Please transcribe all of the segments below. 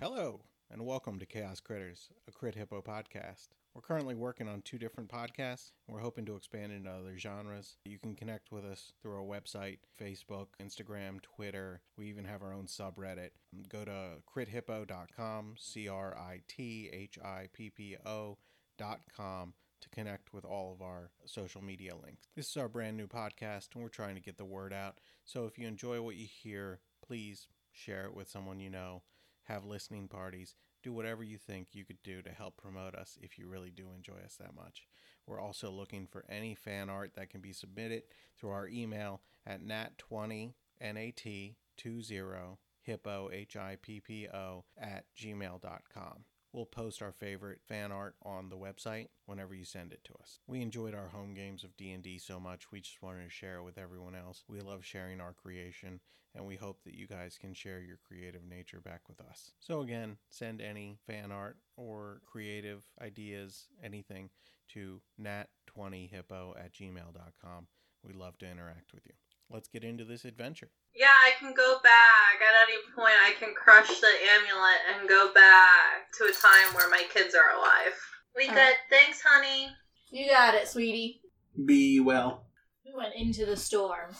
Hello, and welcome to Chaos Critters, a Crit Hippo podcast. We're currently working on two different podcasts, and we're hoping to expand into other genres. You can connect with us through our website, Facebook, Instagram, Twitter. We even have our own subreddit. Go to crithippo.com, C R I T H I P P O dot com to connect with all of our social media links. This is our brand new podcast, and we're trying to get the word out. So if you enjoy what you hear, please share it with someone you know have listening parties, do whatever you think you could do to help promote us if you really do enjoy us that much. We're also looking for any fan art that can be submitted through our email at nat20nat20 hippo h-i-p-p-o at gmail.com we'll post our favorite fan art on the website whenever you send it to us we enjoyed our home games of d&d so much we just wanted to share it with everyone else we love sharing our creation and we hope that you guys can share your creative nature back with us. So, again, send any fan art or creative ideas, anything, to nat20hippo at gmail.com. We love to interact with you. Let's get into this adventure. Yeah, I can go back. At any point, I can crush the amulet and go back to a time where my kids are alive. We All good. Thanks, honey. You got it, sweetie. Be well. We went into the storm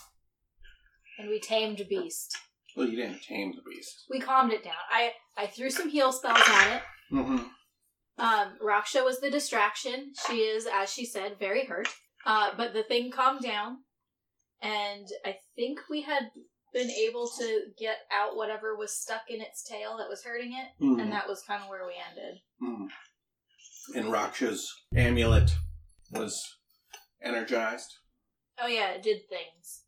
and we tamed a beast. Well, you didn't tame the beast. We calmed it down. I, I threw some heal spells at it. Mm-hmm. Um, Raksha was the distraction. She is, as she said, very hurt. Uh, but the thing calmed down, and I think we had been able to get out whatever was stuck in its tail that was hurting it, Mm-hmm. Mm-hmm. and that was kind of where we ended. And Raksha's amulet was energized. Oh yeah, it did things.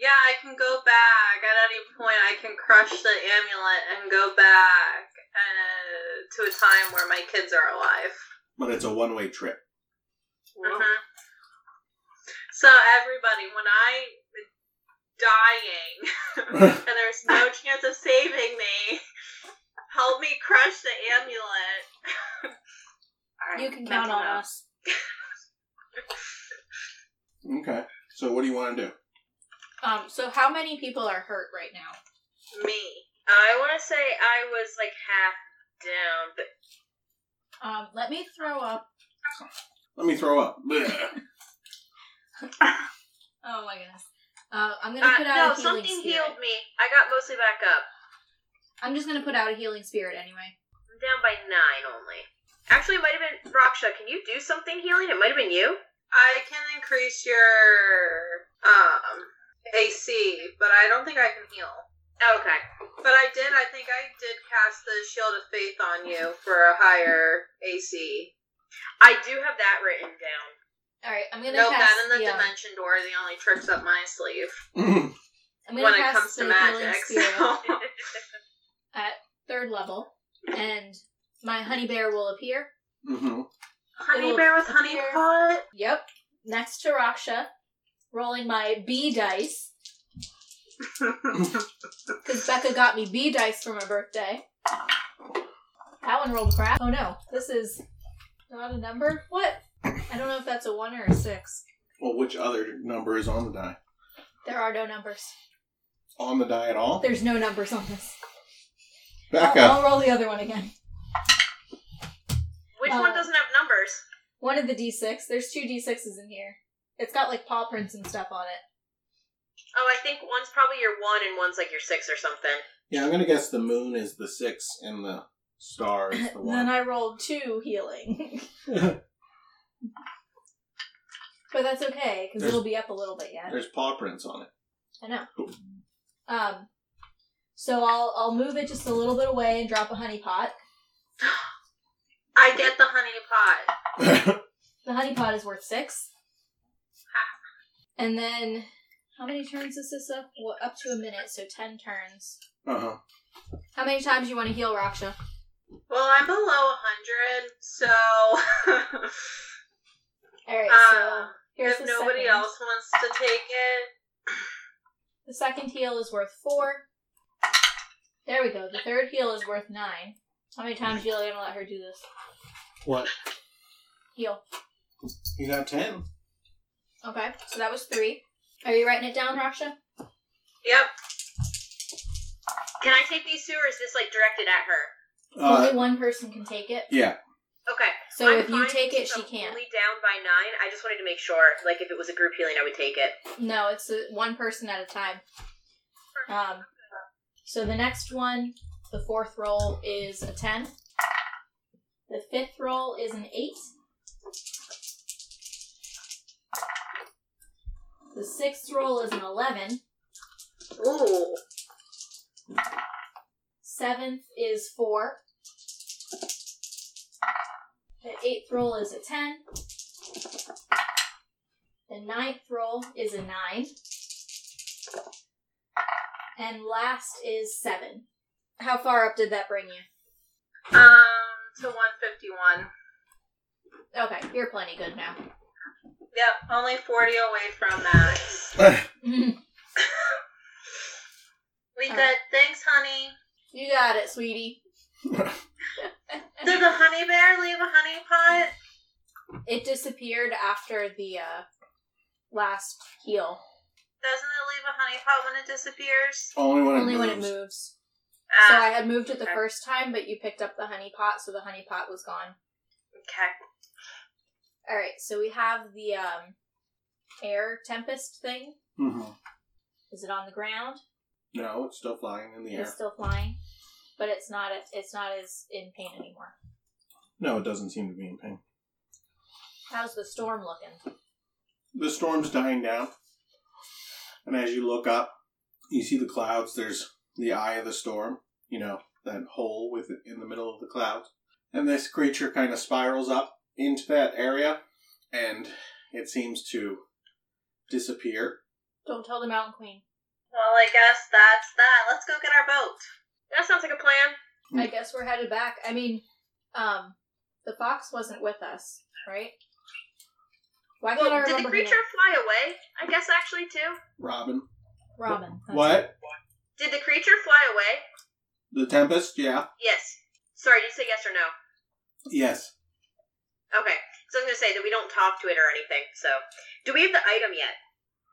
Yeah, I can go back. At any point, I can crush the amulet and go back uh, to a time where my kids are alive. But it's a one way trip. Mhm. So everybody, when I'm dying and there's no chance of saving me, help me crush the amulet. All right, You can count mental on note. us. Okay. So, what do you want to do? Um, so how many people are hurt right now? Me. I want to say I was like half down, but Um, let me throw up. Let me throw up. Mm-hmm. Blech. Oh my goodness. Uh, I'm gonna uh, put no, out a healing something spirit. healed me. I got mostly back up. I'm just gonna put out a healing spirit anyway. I'm down by nine only. Actually, it might have been Raksha. Can you do something healing? It might have been you. I can increase your um AC, but I don't think I can heal. Okay. But I did. I think I did cast the Shield of Faith on you for a higher AC. I do have that written down. All right, I'm gonna No, cast that and the the, um, dimension door are the only tricks up my sleeve Mhm. I'm gonna when it cast comes to the magic. healing spirit So. at third level, and my honey bear will appear. Mhm. honey It'll bear with honey appear- pot. Yep, next to Raksha, rolling my B dice because Becca got me B dice for my birthday. That one rolled crap. Oh no, this is not a number. What? I don't know if that's a one or a six. Well, which other number is on the die? There are no numbers. On the die at all? There's no numbers on this. Back I'll- up. I'll roll the other one again. Which Uh, one doesn't have numbers? One of the D6. There's two D6s in here. It's got like paw prints and stuff on it. Oh, I think one's probably your one and one's like your six or something. Yeah, I'm going to guess the moon is the six and the star is the Then one. I rolled two healing. but that's okay, because There's- it'll be up a little bit yet. There's paw prints on it. I know. Um, so I'll I'll move it just a little bit away and drop a honey pot. I get the honey pot. The honey pot is worth six. And then, how many turns is this up? Well, up to a minute, so ten turns. Uh-huh. uh huh. How many times you want to heal, Raksha? Well, I'm below 100, so All right, so uh, here's if the nobody second. else wants to take it, The second heal is worth four. There we go. The third heal is worth nine. How many times are you gonna let her do this? What? Heal. You got ten. Okay, so that was three. Are you writing it down, Raksha? yep. Can I take these two, or is this like directed at her? Uh, Only one person can take it. yeah. Okay. So I'm if you fine take it, since she I'm can't. Only down by nine. I just wanted to make sure, like, if it was a group healing, I would take it. No, it's a, one person at a time. Um, so the next one, the fourth roll is a 10. The fifth roll is an 8. The sixth roll is an 11. Ooh. Seventh is 4. The eighth roll is a 10. The ninth roll is a 9. And last is 7. How far up did that bring you? Um, to 151. Okay, you're plenty good now. Yep, only 40 away from max. We All good. right. Thanks, honey. you got it, sweetie. Did the honey bear leave a honey pot? It disappeared after the uh, last heal. Doesn't it leave a honey pot when it disappears? Only when Only it when moves. it moves. So I Ah, had moved it the okay. first time, but you picked up the honey pot, so the honey pot was gone. okay. All right, so we have the um, air tempest thing. Mhm. Is it on the ground? No, it's still flying in the air. It's still flying, but it's not. It's not as in pain anymore. No, it doesn't seem to be in pain. How's the storm looking? The storm's dying down, and as you look up, you see the clouds. There's the eye of the storm. You know that hole with in the middle of the clouds, and this creature kind of spirals up into that area, and it seems to disappear. Don't tell the mountain queen. Well, I guess that's that. Let's go get our boat. That sounds like a plan. I guess we're headed back. I mean, um, the fox wasn't with us, right? Why can't I Well, remember? did the her name? creature fly away? I guess actually too. Robin, Robin. that's what? it. Did the creature fly away? The tempest? Yeah. Yes. Sorry, did you say yes or no? Yes. Okay. So I was gonna say that we don't talk to it or anything. So, do we have the item yet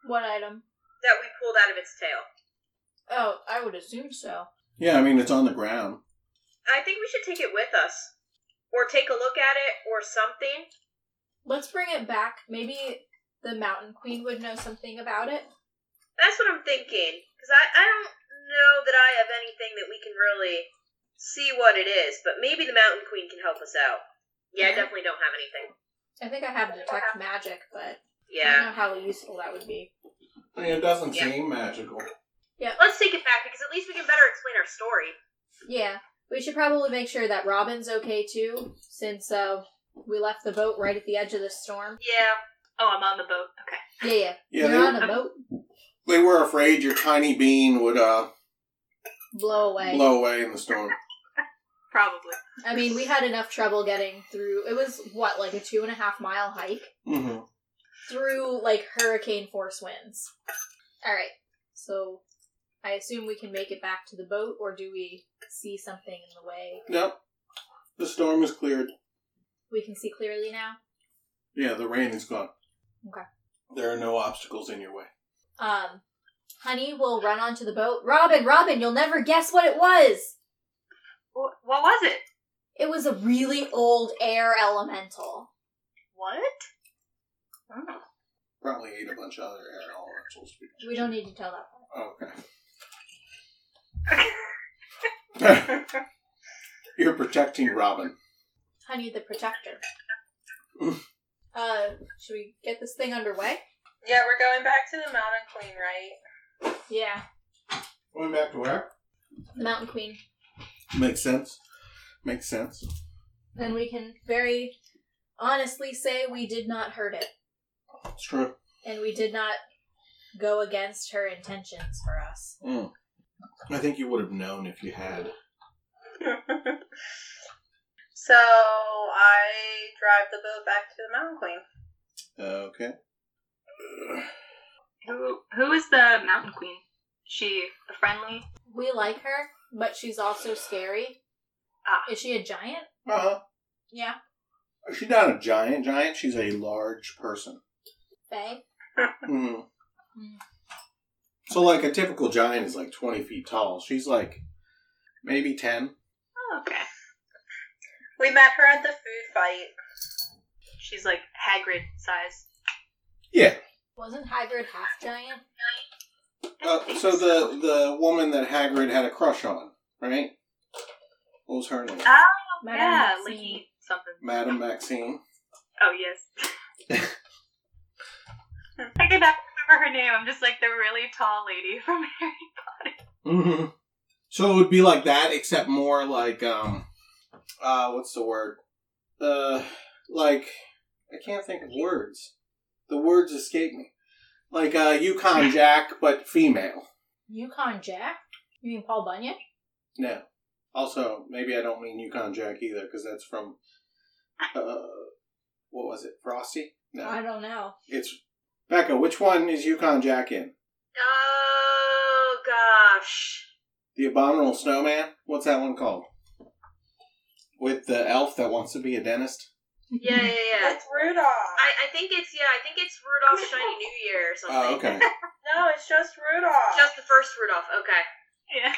What item? that we pulled out of its tail? Oh, I would assume so. Yeah, I mean it's on the ground. I think we should take it with us, or take a look at it, or something. Let's bring it back. Maybe the mountain queen would know something about it. That's what I'm thinking. Because I, I don't know that I have anything that we can really see what it is, but maybe the Mountain Queen can help us out. Yeah, I Mhm. definitely don't have anything. I think I have detect magic, but I don't Yeah. know how useful that would be. I mean it doesn't Yeah. seem magical. Uh-huh. Let's take it back because at least we can better explain our story. Yeah, we should probably make sure that Robin's okay too, since uh, we left the boat right at the edge of the storm. Yeah. Oh, I'm on the boat. Okay. Yeah, yeah, Yeah, you're on they, a boat. they were afraid your tiny bean would uh Blow away. blow away in the storm. Probably. I mean, we had enough trouble getting through. It was what, like a two and a half mile hike hmm through like hurricane force winds. All right, so I assume we can make it back to the boat, or do we see something in the way? Nope. The storm is cleared. We can see clearly now. Yeah, the rain is gone. Okay. There are no obstacles in your way. Um, Honey will run onto the boat. Robin, Robin, you'll never guess what it was. What was it? It was a really old air elemental. What? Oh. Probably ate a bunch of other air elementals. We don't need to tell that part. Oh, Okay. You're protecting Robin. Honey the Protector. uh, should we get this thing underway? Yeah, we're going back to the Mountain Queen, right? Yeah. Going back to where? The Mountain Queen. Makes sense. Makes sense. And we can very honestly say we did not hurt it. It's true. And we did not go against her intentions for us. Mm. I think you would have known if you had. So I drive the boat back to the Mountain Queen. Uh, Okay. Who who is the mountain queen? Is she friendly? We like her, but she's also scary. Ah. Is she a giant? Uh huh. Yeah. She's not a giant giant. She's a large person. Faye? Mm. Mm. So, like, a typical giant is like 20 feet tall. She's like maybe 10. Oh, okay. We met her at the food fight. She's like Hagrid size. Yeah. Wasn't Hagrid half giant? Uh, so, the, the woman that Hagrid had a crush on, right? What was her name? Madame Oh, yeah, Maxine. Linky something. Madame Maxine. Oh yes. I cannot remember her name. I'm just like the really tall lady from Harry. hmm So it would be like that, except more like um, uh, what's the word? Uh, like I can't think of words. The words escape me. Like uh, Yukon Jack, but female. Yukon Jack? You mean Paul Bunyan? No. Also, maybe I don't mean Yukon Jack either, because that's from uh, what was it? Frosty? No, I don't know. it's Becca. Which one is Yukon Jack in? Oh gosh. The Abominable Snowman. What's that one called? With the elf that wants to be a dentist. Yeah, yeah, yeah. That's Rudolph. I, I think it's yeah, I think it's Rudolph's Shiny New Year or something. Oh, okay. no, it's just Rudolph. Just the first Rudolph. Okay. Yeah.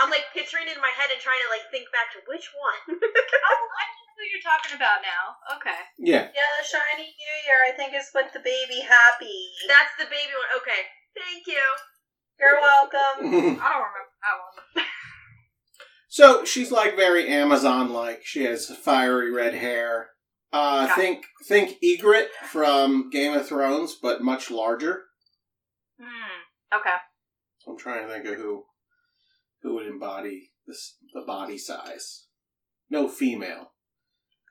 I'm like picturing it in my head and trying to like think back to which one. Oh, I know who you're talking about now. Okay. Yeah. yeah, the shiny New Year. I think is with the baby happy. That's the baby one. Okay. Thank you. You're welcome. I don't remember that one. so she's like very Amazon like. She has fiery red hair. Uh, Yeah. think think Egret from Game of Thrones, but much larger. Hmm. Okay. I'm trying to think of who who would embody this the body size. No female.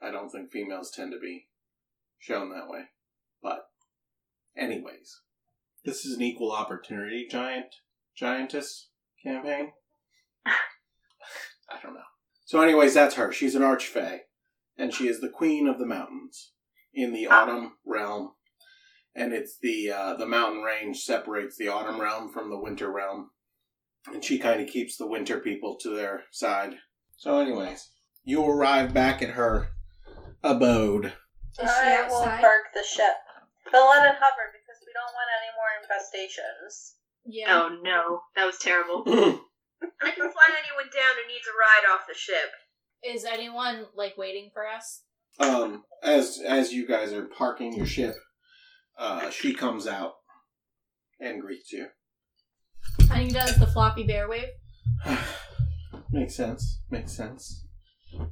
I don't think females tend to be shown that way. But anyways. This is an equal opportunity giant giantess campaign. I don't know. So anyways, that's her. She's an archfey. And she is the queen of the mountains in the Ah. autumn realm. And it's the uh, the mountain range separates the autumn realm from the winter realm. And she kind of keeps the winter people to their side. So anyways, you arrive back at her abode. Is she I will outside? park the ship, but let it hover because we don't want any more infestations. Yeah. Oh no, that was terrible. I can fly anyone down who needs a ride off the ship. Is anyone like waiting for us? um, as as you guys are parking your ship, uh, she comes out and greets you. Honey does the floppy bear wave. makes sense. Makes sense.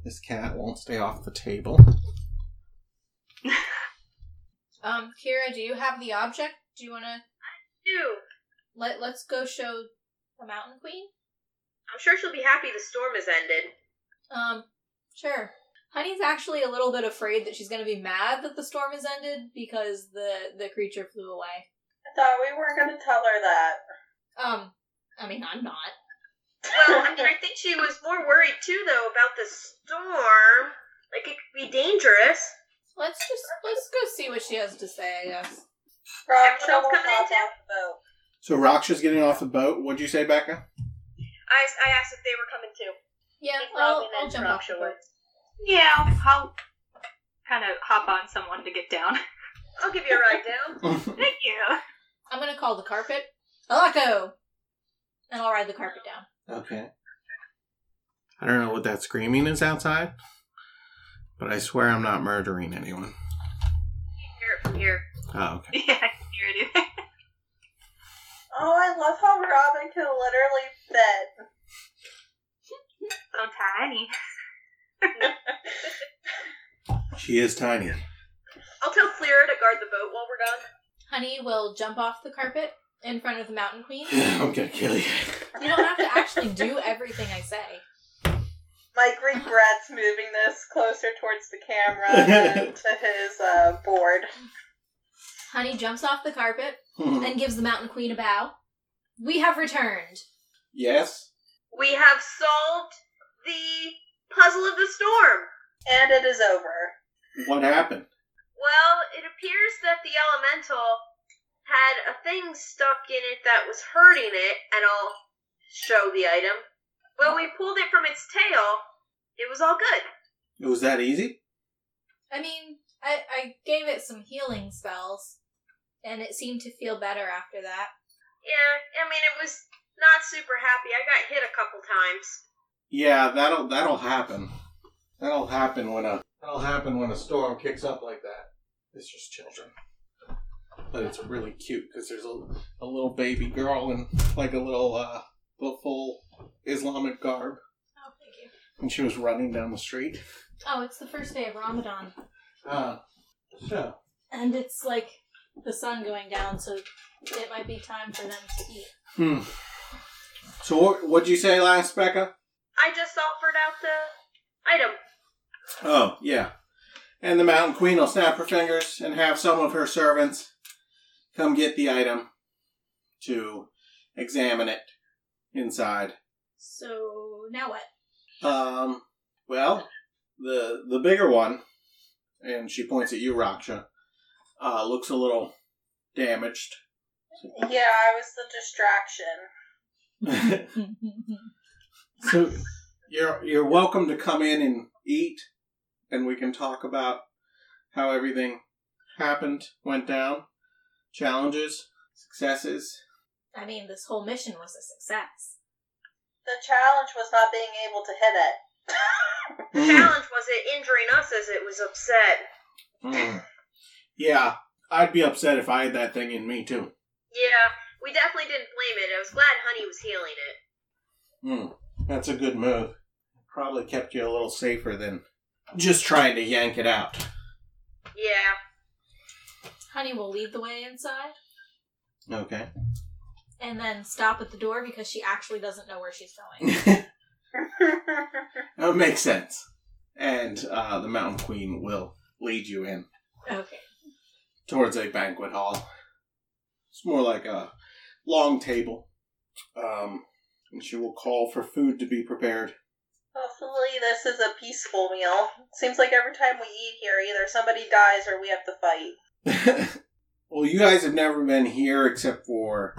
This cat won't stay off the table. Um, Kira, do you have the object? Do you want to Dude, let Let's go show the Mountain Queen. I'm sure she'll be happy the storm has ended. Um, sure. Honey's actually a little bit afraid that she's going to be mad that the storm has ended because the the creature flew away. I thought we weren't going to tell her that. Um, I mean, I'm not. Well, I mean, I think she was more worried too, though, about the storm. Like it could be dangerous. Let's just let's go see what she has to say. I guess. Rob, Everyone shovel else coming in pop too? off the boat. So Raksha's getting off the boat. What'd you say, Becca? I, I asked if they were coming too. Yeah, Think I'll, Robin I'll and jump off the Raksha boat. would. yeah, I'll, I'll kind of hop on someone to get down. I'll give you a ride down. Thank you. I'm gonna call the carpet. Alaco, and I'll ride the carpet down. okay. I don't know what that screaming is outside, but I swear I'm not murdering anyone. Hear it from here. Oh, okay. Yeah, I can hear it. either. Oh, I love how Robin can literally fit. so tiny. She is tiny. I'll tell Fleer to guard the boat while we're gone. Honey will jump off the carpet in front of the Mountain Queen. I'm gonna kill you. You don't have to actually do everything I say. Mike regrets moving this closer towards the camera than to his uh, board. Honey jumps off the carpet and gives the Mountain Queen a bow. We have returned. yes. We have solved the puzzle of the storm. And it is over. What happened? Well, it appears that the elemental had a thing stuck in it that was hurting it, and I'll show the item. When we pulled it from its tail, it was all good. It was that easy? I mean, I, I gave it some healing spells, and it seemed to feel better after that. Yeah, I mean, it was not super happy. I got hit a couple times. Yeah, that'll that'll happen. That'll happen when a that'll happen when a storm kicks up like that. It's just children, but it's really cute because there's a, a little baby girl in like a little uh the full Islamic garb, Oh, thank you. and she was running down the street. Oh, it's the first day of Ramadan, Uh, so and it's like the sun going down, so it might be time for them to eat. hmm. So what what'd you say last, Becca? I just offered out the item. Oh, yeah. And the Mountain Queen will snap her fingers and have some of her servants come get the item to examine it inside. So now what? Um, well, the the bigger one, and she points at you, Raksha, uh, looks a little damaged. Yeah, I was the distraction. so you're you're welcome to come in and eat, and we can talk about how everything happened, went down, challenges, successes. I mean, this whole mission was a success. The challenge was not being able to hit it. The challenge was it injuring us as it was upset. Mm. Yeah, I'd be upset if I had that thing in me too. Yeah, we definitely didn't blame it. I was glad Honey was healing it. Mm. That's a good move. Probably kept you a little safer than just trying to yank it out. Yeah. Honey will lead the way inside Okay. and then stop at the door because she actually doesn't know where she's going. That makes sense. And uh, the Mountain Queen will lead you in okay. towards a banquet hall. It's more like a long table. Um, and she will call for food to be prepared. Hopefully, this is a peaceful meal. Seems like every time we eat here, either somebody dies or we have to fight. well, you guys have never been here except for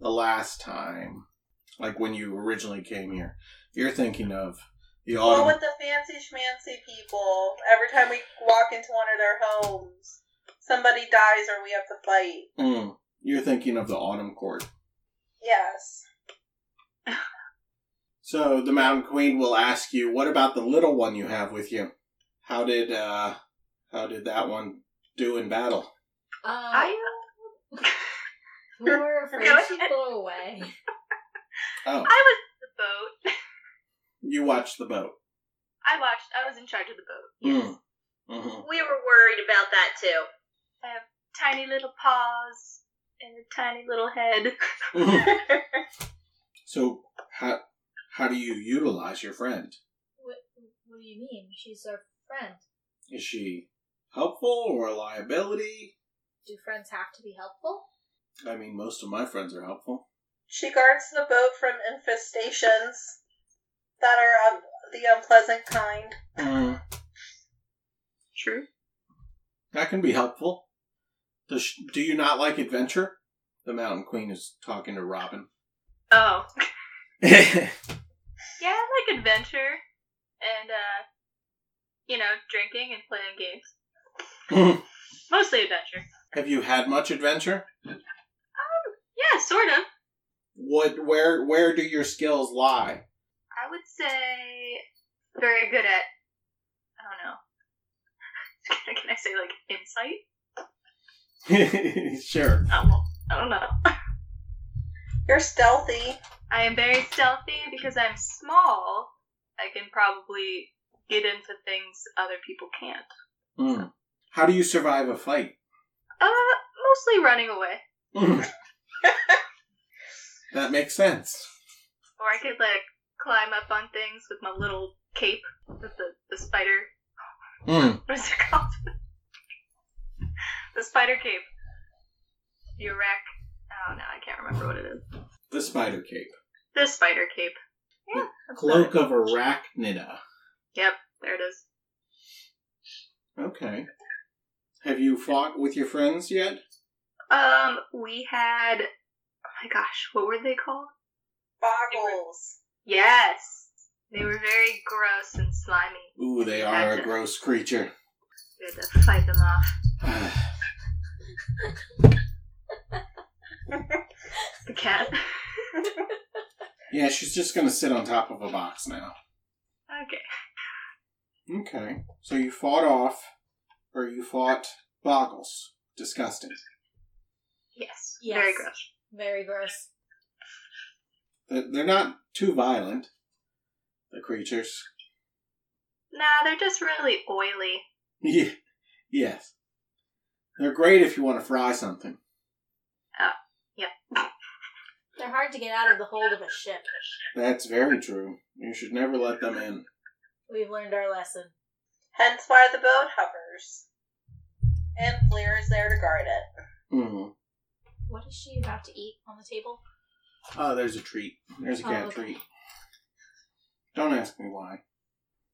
the last time, like when you originally came here. You're thinking of the Well, autumn. with the fancy schmancy people, every time we walk into one of their homes, somebody dies or we have to fight. Mm, you're thinking of the autumn court. Yes. So the Mountain Queen will ask you, "What about the little one you have with you? How did uh, how did that one do in battle?" Uh, I uh, we were afraid Go she'd blow away. Oh, I was the boat. you watched the boat. I watched. I was in charge of the boat. Mm. hmm We were worried about that too. I have tiny little paws and a tiny little head. so how how do you utilize your friend? What, what do you mean? She's our friend. Is she helpful or a liability? Do friends have to be helpful? I mean, most of my friends are helpful. She guards the boat from infestations that are of the unpleasant kind. Mm. True. That can be helpful. Does sh do you not like adventure? The Mountain Queen is talking to Robin. Oh, yeah, I like adventure and uh, you know, drinking and playing games. Mostly adventure. Have you had much adventure? Yeah, sort of. What where where do your skills lie? I would say very good at. I don't know. Can I- Can I say like insight? sure. Oh, I don't know. You're stealthy. I am very stealthy because I'm small. I can probably get into things other people can't. Hmm. How do you survive a fight? Uh, mostly running away. that makes sense. Or I could like climb up on things with my little cape with the, the spider. Hmm. Mm. What is it called? the spider cape. Your rack. Oh no, I can't remember what it is. The spider cape. The spider cape. Yeah. that's about Cloak it. of Arachnida. Yep, there it is. Okay. Have you fought with your friends yet? Um, we had. Oh my gosh, what were they called? Boggles. Yes, they were very gross and slimy. Ooh, they are a gross creature. We had to fight them off. The cat. yeah, she's just gonna sit on top of a box now. okay. Okay. So you fought off, or you fought Boggles. Disgusting. Yes. Yes. Very gross. Very gross. They're they're not too violent, the creatures. Nah, they're just really oily. Yeah. Yes. They're great if you want to fry something. They're hard to get out of the hold of a ship. That's very true. You should never let them in. We've learned our lesson. Hence why the boat hovers. And Fleer is there to guard it. Mm-hmm. What is she about to eat on the table? Oh, there's a treat. There's a Oh, cat okay. treat. Don't ask me why.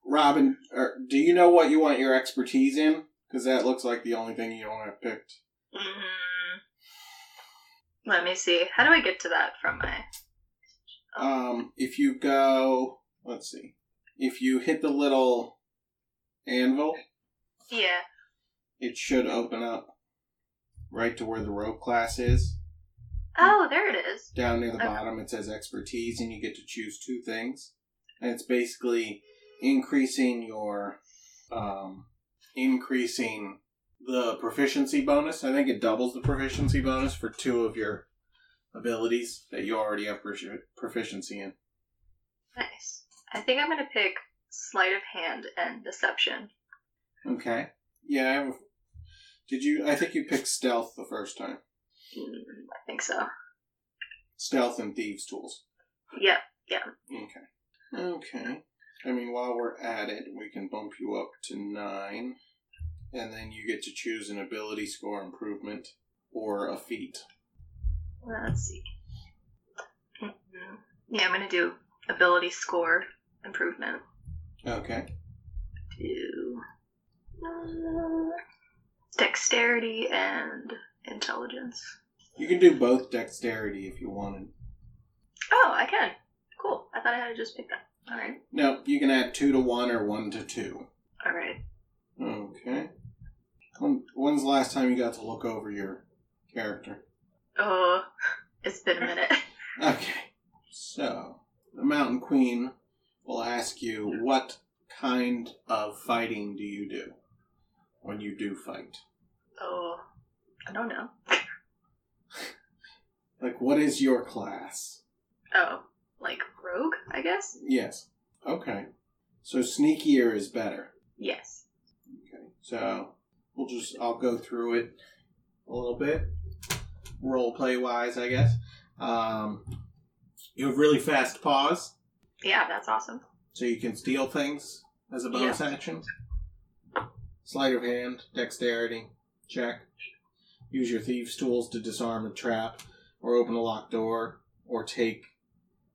Robin, er, do you know what you want your expertise in? Because that looks like the only thing you want to pick. Mm. Let me see. How do I get to that from my? Oh. Um, if you go, let's see. If you hit the little anvil, Yeah. it should open up right to where the rope class is. Oh, there it is. Down near the Okay. bottom, it says expertise, and you get to choose two things. And it's basically increasing your, um, increasing the proficiency bonus. I think it doubles the proficiency bonus for two of your abilities that you already have profi- proficiency in. Nice. I think I'm gonna pick sleight of hand and deception. Okay. Yeah. I have, did you? I think you picked stealth the first time. Mm, I think so. Stealth and thieves' tools. Yep. Okay. Okay. I mean, while we're at it, we can bump you up to nine, and then you get to choose an ability score improvement or a feat. Let's see. Mhm. Yeah, I'm gonna do ability score improvement. Okay. Do uh, dexterity and intelligence. You can do both dexterity if you wanted. Oh, I can. Cool. I thought I had to just pick that. All right. No, you can add two to one or one to two. All right. Okay. When, when's the last time you got to look over your character? Oh, it's been a minute. Okay. So, the Mountain Queen will ask you, what kind of fighting do you do when you do fight? Oh, I don't know. Like, what is your class? Oh, like rogue, I guess. Yes. Okay. So, sneakier is better. Yes. Okay. So, we'll just, I'll go through it a little bit, role play wise, I guess. Um, you have really fast paws, Yeah, that's awesome. so you can steal things as a bonus action. Sleight of hand, dexterity, check. Use your thieves' tools to disarm a trap, or open a locked door, or take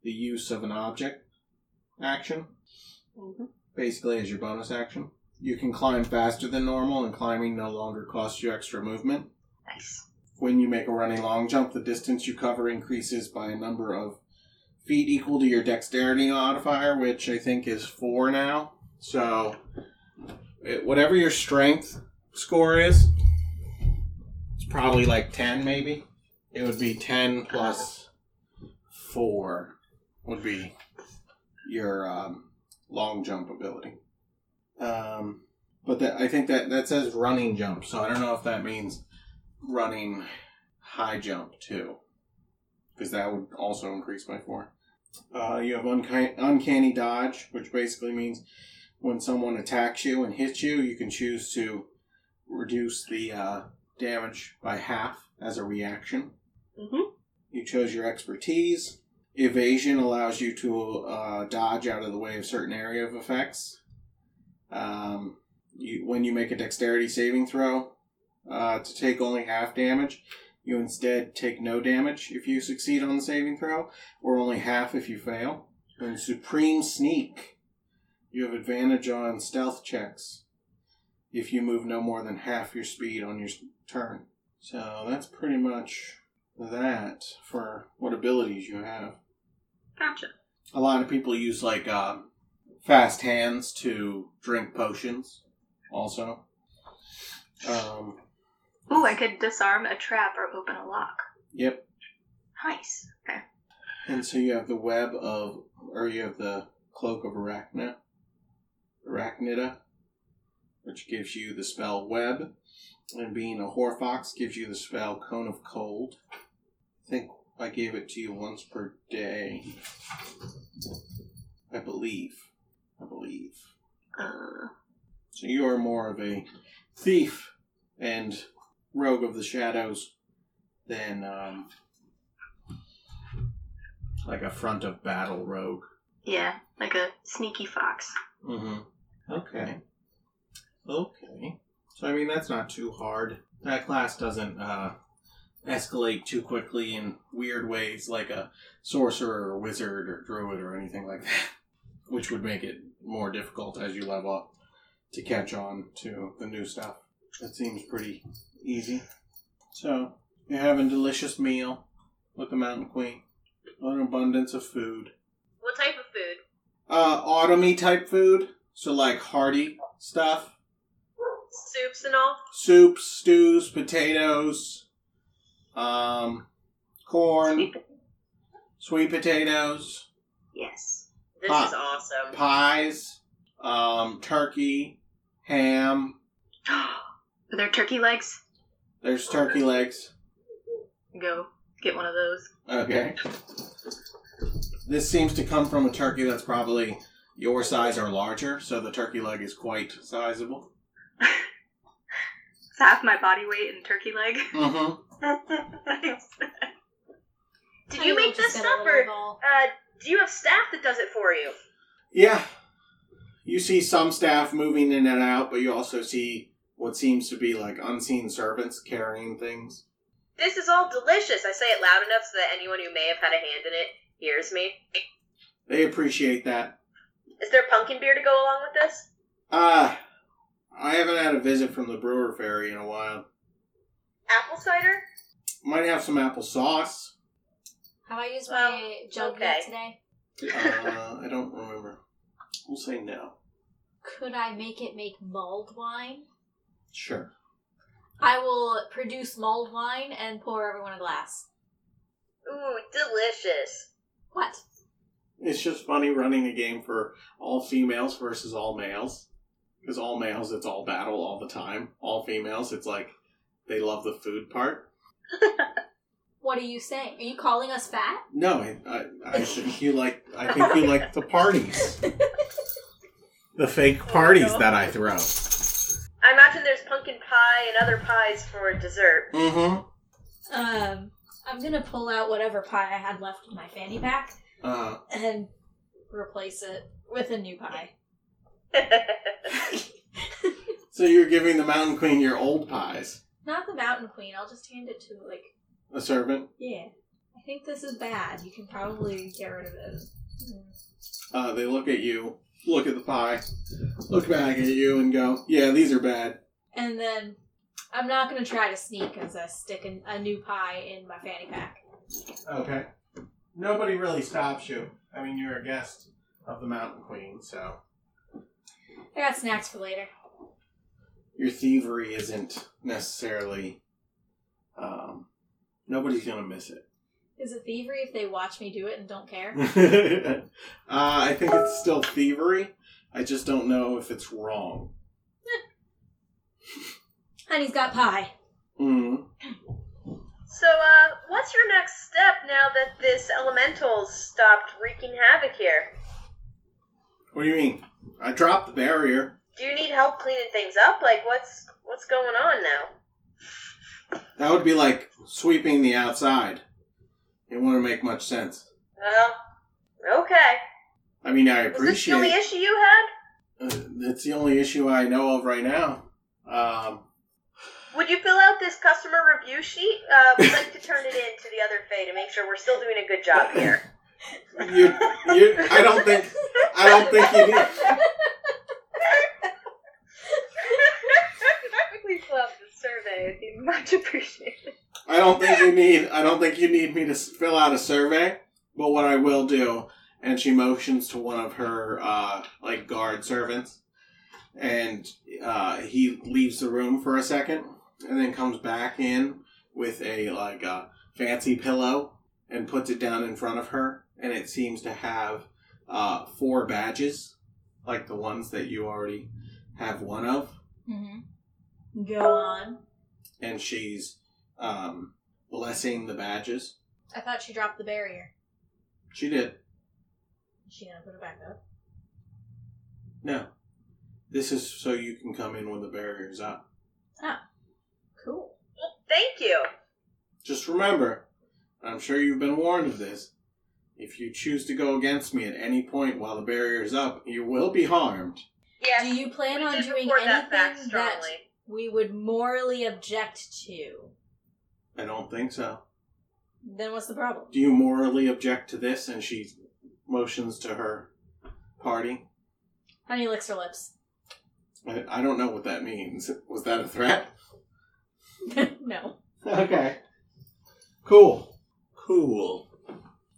the use of an object action, Mhm. basically as your bonus action. You can climb faster than normal, and climbing no longer costs you extra movement. Nice. When you make a running long jump, the distance you cover increases by a number of feet equal to your dexterity modifier, which I think is four now. So, it- whatever your strength score is, it's probably like 10 maybe. It would be 10 plus four, would be your um, long jump ability. Um, but that, I think that, that says running jump, so I don't know if that means running high jump too, because that would also increase by four. Uh, you have unki- uncanny dodge, which basically means when someone attacks you and hits you, you can choose to reduce the uh, damage by half as a reaction. Mhm. You chose your expertise. Evasion allows you to uh, dodge out of the way of certain area of effects. Um, you, when you make a dexterity saving throw, uh, to take only half damage. You instead take no damage if you succeed on the saving throw, or only half if you fail. And Supreme Sneak, you have advantage on stealth checks. if you move no more than half your speed on your s- turn. So that's pretty much that for what abilities you have. Gotcha. A lot of people use like uh, fast hands to drink potions, also. Um, Ooh, I could disarm a trap or open a lock. yep, Nice. Okay. And so you have the web of, or you have the cloak of Arachna, Arachnida, which gives you the spell web, and being a Horfox gives you the spell Cone of Cold. I think I gave it to you once per day. I believe. I believe. Uh, So you are more of a thief and rogue of the shadows than um, like a front of battle rogue. yeah, like a sneaky fox. Mm-hmm. Okay. Okay. So I mean that's not too hard. That class doesn't uh, escalate too quickly in weird ways like a sorcerer or wizard or druid or anything like that. Which would make it more difficult as you level up to catch on to the new stuff. That seems pretty easy. So you're having a delicious meal with the mountain queen. An abundance of food What type of food? uh autumny type food so like hearty stuff Soups and all? soups stews potatoes um corn Sweet sweet, potatoes Yes. This Huh. is awesome. pies um turkey ham Are there turkey legs? there's turkey legs Go get one of those. okay this seems to come from a turkey that's probably your size or larger so the turkey leg is quite sizable It's half my body weight in turkey leg. mm-hmm Nice. Did you make this stuff or uh, do you have staff that does it for you? Yeah. You see some staff moving in and out, but you also see what seems to be like unseen servants carrying things. This is all delicious. I say it loud enough so that anyone who may have had a hand in it hears me. They appreciate that. Is there pumpkin beer to go along with this? Ah, I haven't had a visit from the brewer fairy in a while. Apple cider? Might have some apple sauce. Have I used Well, my jug okay. yet today? Uh, I don't remember. We'll say no. Could I make it make mulled wine? Sure. I will produce mulled wine and pour everyone a glass. Ooh, delicious. What? It's just funny running a game for all females versus all males. Because all males, it's all battle all the time. All females, it's like they love the food part. What are you saying? Are you calling us fat? No, I, I, I think you like. I think you like the parties, the fake parties that I throw. I imagine there's pumpkin pie and other pies for dessert. Mm-hmm. Um, I'm gonna pull out whatever pie I had left in my fanny pack Uh, and replace it with a new pie. so you're giving the Mountain Queen your old pies. Not the mountain queen. I'll just hand it to like A servant. yeah. I think this is bad. You can probably get rid of it. Hmm. Uh, they look at you, look at the pie, look back at you, and go, "Yeah, these are bad." And then I'm not gonna try to sneak as I stick an, a new pie in my fanny pack. Okay. Nobody really stops you. I mean, you're a guest of the Mountain Queen, so I got snacks for later. your thievery isn't necessarily. Um, nobody's gonna miss it. Is it thievery if they watch me do it and don't care? uh, I think it's still thievery. I just don't know if it's wrong. Honey's got pie. Mm. so, uh, what's your next step now that this elemental's stopped wreaking havoc here? What do you mean? I dropped the barrier. Do you need help cleaning things up? Like, what's what's going on now? That would be like sweeping the outside. It wouldn't make much sense. Well, okay. I mean, I Was this the appreciate only it. issue you had? That's the only issue I know of right now. Um, Would you fill out this customer review sheet? Uh, we'd like to turn it in to the other Fae to make sure we're still doing a good job here. you, you, I don't think, I don't think you need. much appreciated. I don't think you need. I don't think you need me to s- fill out a survey. But what I will do, and she motions to one of her uh, like guard servants, and uh, he leaves the room for a second, and then comes back in with a like a fancy pillow and puts it down in front of her, and it seems to have uh, four badges, like the ones that you already have one of. Mm-hmm. Go on. and she's um, blessing the badges. I thought she dropped the barrier. She did. Is she gonna put it back up? No. This is so you can come in when the barrier's up. Cool. Thank you. Just remember, I'm sure you've been warned of this. If you choose to go against me at any point while the barrier's up, you will be harmed. Yes. Do you plan we on did doing report that fact anything that strongly. we would morally object to? I don't think so. Then what's the problem? Do you morally object to this? And she motions to her party. Honey licks her lips. I, I don't know what that means. Was that a threat? no. Okay. Cool. Cool.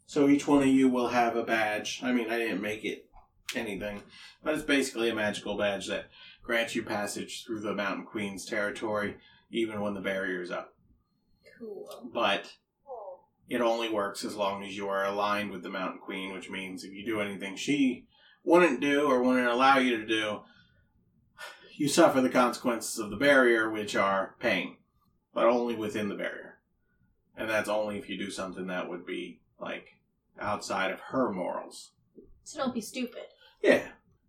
So each one of you will have a badge. I mean, I didn't make it anything, but it's basically a magical badge that grants you passage through the Mountain Queen's territory, even when the barrier is up. Cool. But it only works as long as you are aligned with the Mountain Queen, which means if you do anything she wouldn't do or wouldn't allow you to do, you suffer the consequences of the barrier, which are pain, but only within the barrier. And that's only if you do something that would be, like, outside of her morals. So don't be stupid. Yeah.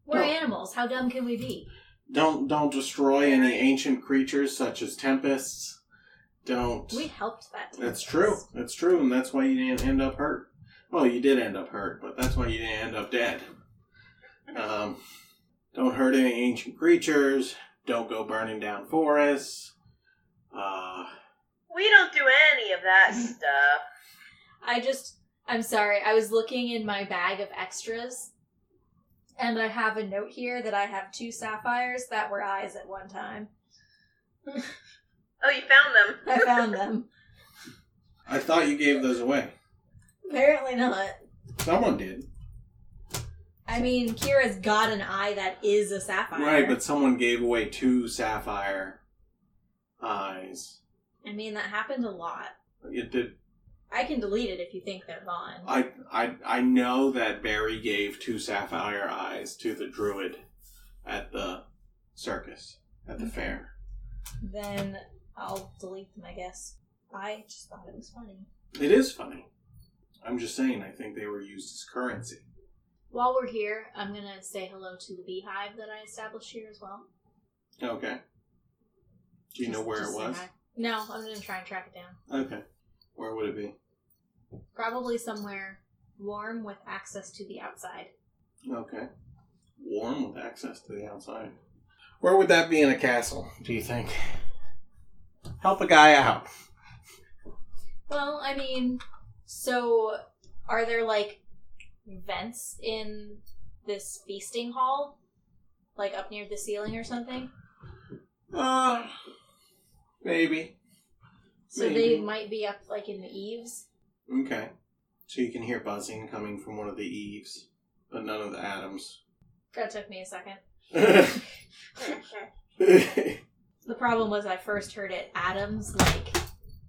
We're No. animals. How dumb can we be? Don't don't destroy any ancient creatures such as tempests. Don't We helped that. That's true. That's true, and that's why you didn't end up hurt. Well, you did end up hurt, but that's why you didn't end up dead. Um, don't hurt any ancient creatures. Don't go burning down forests. Uh, We don't do any of that stuff. I just, I'm sorry. I was looking in my bag of extras, and I have a note here that I have two sapphires that were eyes at one time. Oh, you found them. I found them. I thought you gave those away. Apparently not. Someone did, I mean, Kira's got an eye that is a sapphire. right? But someone gave away two sapphire eyes. I mean, that happened a lot. It did. I can delete it if you think they're gone. I I I know that Barry gave two sapphire eyes to the druid at the circus at the fair. then I'll delete them, I guess. I just thought it was funny. It is funny. I'm just saying, I think they were used as currency. While we're here, I'm gonna say hello to the beehive that I established here as well. Okay. Do you know Just- where just it say was? hi. No, I'm gonna try and track it down. Okay. Where would it be? Probably somewhere warm with access to the outside. Okay. Warm with access to the outside. Where would that be in a castle, do you think? Help a guy out. Well, I mean, so are there like vents in this feasting hall? Like up near the ceiling or something? Uh, maybe. So they Maybe. might be up like in the eaves? Okay. So you can hear buzzing coming from one of the eaves, but none of the atoms. That took me a second. The problem was I first heard it atoms like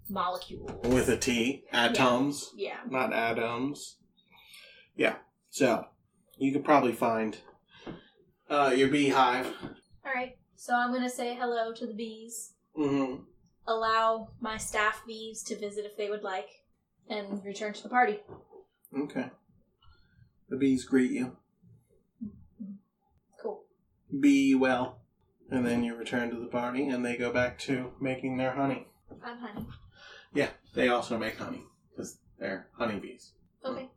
molecules. With a T, atoms. yeah. not Adams. Yeah. So you could probably find uh, your beehive. All right. So I'm gonna say hello to the bees. Mm-hmm. Allow my staff bees to visit if they would like, and return to the party. Okay. The bees greet you. Cool. Be well. And then you return to the party, and they go back to making their honey. I'm honey. Yeah, they also make honey because they're honeybees. Okay.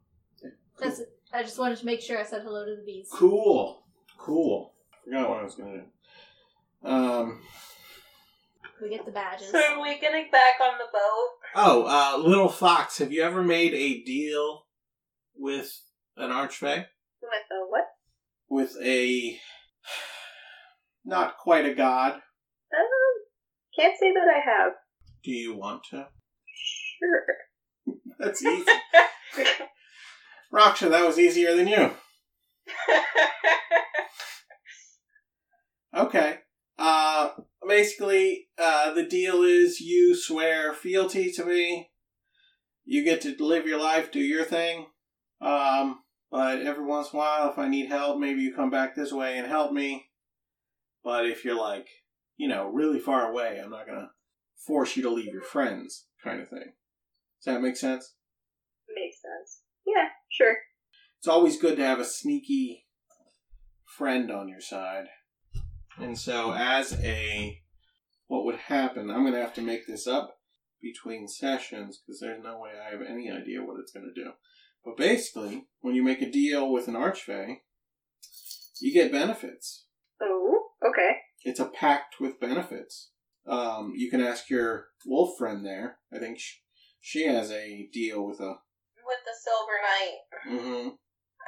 That's it. I just wanted to make sure I said hello to the bees. Cool. Cool. Forgot what I was gonna do. Um. We get the badges. So are we getting back on the boat? Oh, uh, little fox. Have you ever made a deal with an archfey? With a what? with a not quite a god. Um, can't say that I have. Do you want to? Sure. That's easy. Raksha, that was easier than you. Okay. Uh, basically, uh, the deal is you swear fealty to me. You get to live your life, do your thing. Um, but every once in a while, if I need help, maybe you come back this way and help me. But if you're like, you know, really far away, I'm not gonna force you to leave your friends, kind of thing. Does that make sense? Makes sense. Yeah, sure. It's always good to have a sneaky friend on your side. And so, as a what would happen, I'm going to have to make this up between sessions because there's no way I have any idea what it's going to do. But basically, when you make a deal with an archfey, you get benefits. Oh, okay. It's a pact with benefits. Um, you can ask your wolf friend there. I think she, she has a deal with a. With the Silver Knight. hmm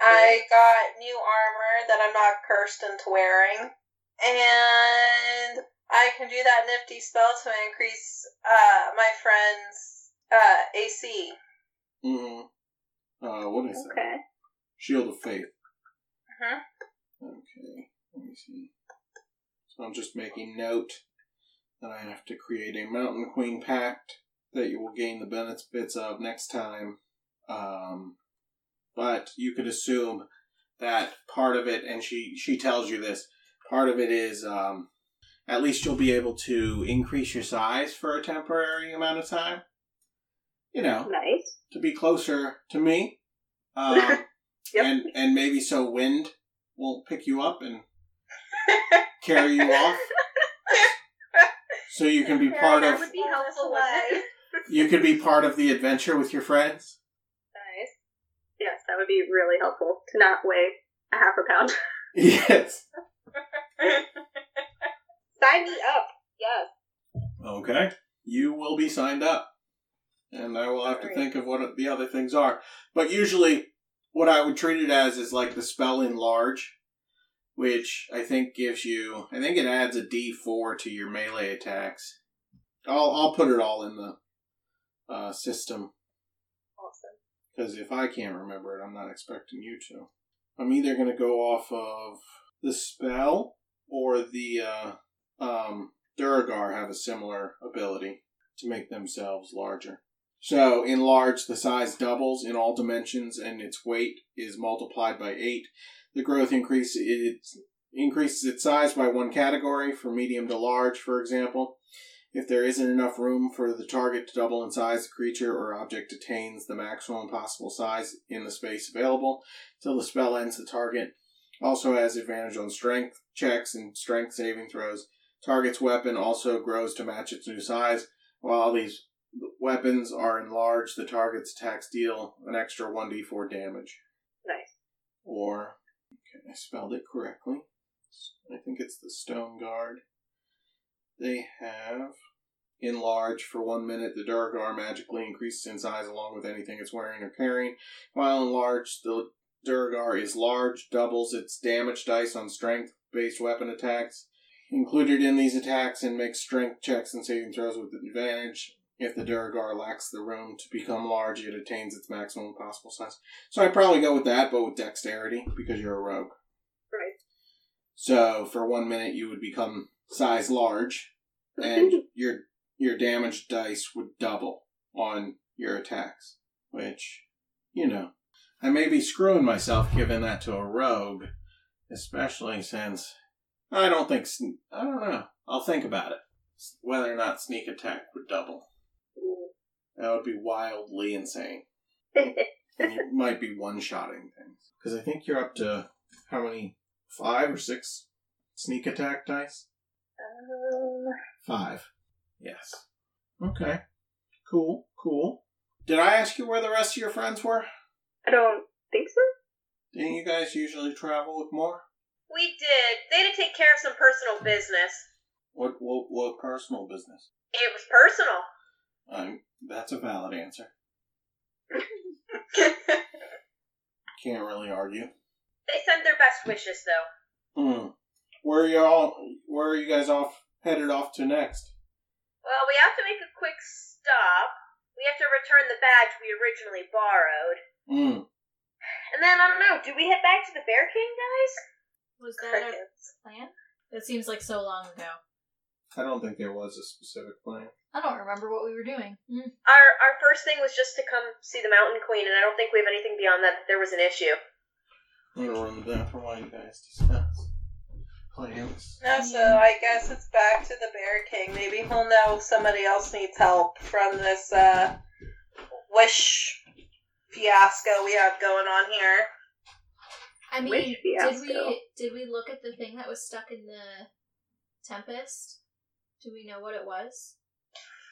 I got new armor that I'm not cursed into wearing, and I can do that nifty spell to increase uh, my friend's uh, AC. hmm Uh, what is that? Okay. Shield of Faith. Mhm. Okay, let me see. So I'm just making note that I have to create a Mountain Queen pact that you will gain the benefits of next time. Um, but you could assume that part of it, and she she tells you this, part of it is um, at least you'll be able to increase your size for a temporary amount of time. You know, Nice. to be closer to me. Um, Yep. And and maybe so wind won't pick you up and carry you off. So you can be part that of would be helpful, wouldn't it? you could be part of the adventure with your friends. Nice. Yes, that would be really helpful to not weigh a half a pound. Yes. Sign me up. Yes. Okay. You will be signed up. And I will have to Alright. think of what the other things are. But usually what I would treat it as is like the spell enlarge, which I think gives you I think it adds a D four to your melee attacks. I'll I'll put it all in the uh, system. Awesome. Because if I can't remember it, I'm not expecting you to. I'm either going to go off of the spell or the uh, um, Duragar have a similar ability to make themselves larger. So, in large, the size doubles in all dimensions and its weight is multiplied by 8. The growth increase it increases its size by one category from medium to large, for example. If there isn't enough room for the target to double in size, the creature or object attains the maximum possible size in the space available till the spell ends. The target also has advantage on strength checks and strength saving throws. Target's weapon also grows to match its new size. While these weapons are enlarged, the target's attacks deal an extra 1d4 damage. Nice. Or, okay, I spelled it correctly. I think it's the Stone Guard. They have enlarge for one minute. The Durgar magically increases in size along with anything it's wearing or carrying. While enlarged, the Durgar is large, doubles its damage dice on strength based weapon attacks. Included in these attacks and makes strength checks and saving throws with advantage. If the Durgar lacks the room to become large, it attains its maximum possible size. So I'd probably go with that, but with dexterity, because you're a rogue. Right. So for one minute, you would become size large, and your your damage dice would double on your attacks. Which, you know, I may be screwing myself giving that to a rogue, especially since I don't think sn- I don't know. I'll think about it. S- Whether or not sneak attack would double, that would be wildly insane. And you might be one shotting things because I think you're up to how many five or six sneak attack dice. um, Five. Yes. Okay. Cool. Cool. Did I ask you where the rest of your friends were? I don't think so. Didn't you guys usually travel with more? We did. They had to take care of some personal business. What what, what personal business? It was personal. Um, that's a valid answer. they Can't really argue. sent their best wishes, though. Hmm. Where are you all? Where are you guys off headed off to next? Well, we have to make a quick stop. We have to return the badge we originally borrowed. Mm. And then, I don't know, do we head back to the Bear King, guys? Was that our plan? That seems like so long ago. I don't think there was a specific plan. I don't remember what we were doing. Mm. Our, our first thing was just to come see the Mountain Queen, and I don't think we have anything beyond that, that there was an issue. I'm gonna run that for while you guys discuss plans. No, so I guess it's back to the Bear King. Maybe he'll know somebody else needs help from this uh, wish fiasco we have going on here. I mean, Wish did fiasco. we did we look at the thing that was stuck in the tempest? Do we know what it was?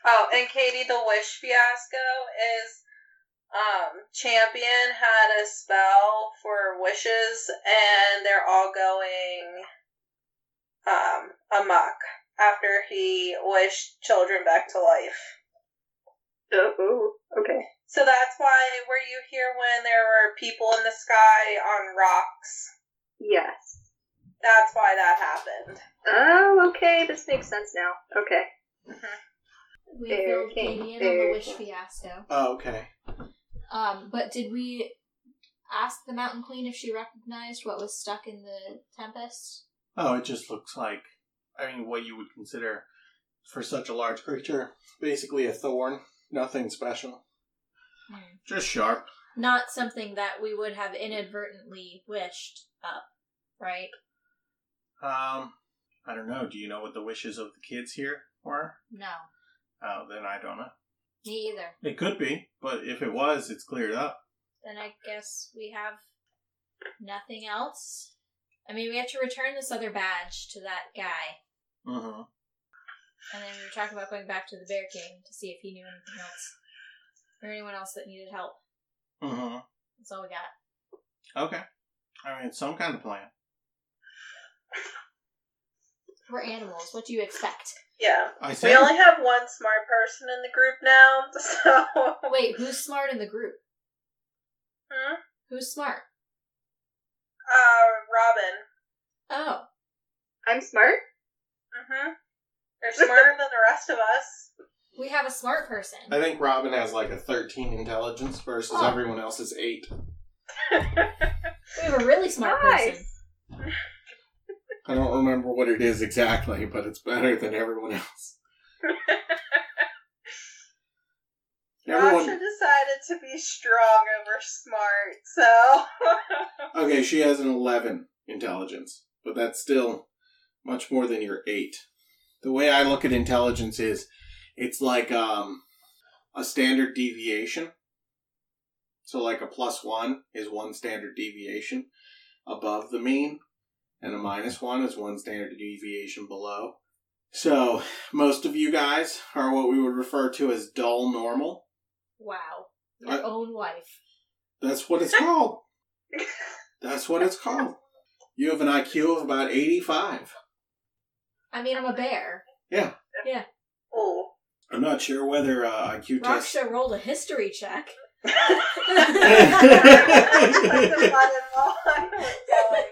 Oh, and Katie, the wish fiasco is um, Champion had a spell for wishes, and they're all going um, amok after he wished children back to life. Oh, okay. So that's why were you here when there were people in the sky on rocks? Yes. That's why that happened. Oh, okay, this makes sense now. Okay. We Bear filled King, Katie in on Bear the wish King. fiasco. Oh, okay. Um, but did we ask the Mountain Queen if she recognized what was stuck in the tempest? Oh, it just looks like, I mean, what you would consider for such a large creature, basically a thorn. Nothing special. Hmm. Just sharp. Not something that we would have inadvertently wished up, right? Um, I don't know. Do you know what the wishes of the kids here were? No, Oh, then I don't know. me either. It could be, but if it was, it's cleared up. then I guess we have nothing else. I mean, we have to return this other badge to that guy, Mm-hmm. and then we were talking about going back to the Bear King to see if he knew anything else or anyone else that needed help. Mm-hmm. That's all we got. Okay. I mean, it's some kind of plan. We're animals. What do you expect? Yeah. I We said. only have one smart person in the group now, so. Wait, who's smart in the group? Hmm? Who's smart? Uh, Robin. Oh, I'm smart? Mm-hmm. They're smarter than the rest of us. we have a smart person. I think Robin has like a 13 intelligence versus Oh. everyone else's 8. We have a really smart person. Nice. I don't remember what it is exactly, but it's better than everyone else. Rasha everyone. decided to be strong over smart, so. Okay, she has an 11 intelligence, but that's still much more than your 8. The way I look at intelligence is it's like um, a standard deviation. So, like a plus 1 is one standard deviation above the mean, and a minus 1 is one standard deviation below. So, most of you guys are what we would refer to as dull normal. Wow, your I- own wife. that's what it's called. That's what it's called. You have an IQ of about 85. I mean, I'm a bear. Ooh. Oh. I'm not sure whether uh, IQ test. Raksha rolled a history check. That's a fun and all. I know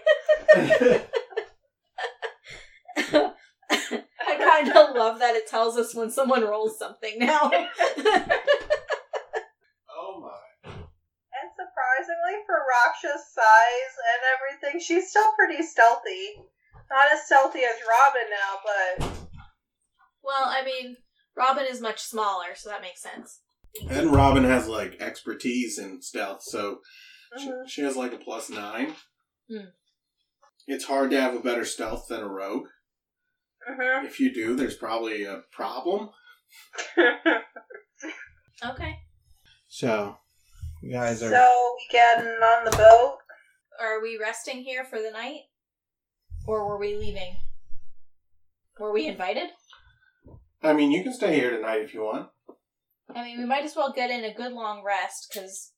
it's going. I kind of love that it tells us when someone rolls something now. oh my. And surprisingly, for Raksha's size and everything, she's still pretty stealthy. Not as stealthy as Robin now, but well, I mean, Robin is much smaller, so that makes sense. And Robin has like expertise in stealth, so she, Mhm. she has like a plus nine. Hmm. It's hard to have a better stealth than a rogue. Mhm. If you do, there's probably a problem. Okay. So, you guys are. so we getting on the boat. Are we resting here for the night? Or were we leaving? Were we invited? I mean, you can stay here tonight if you want. I mean, we might as well get in a good long rest because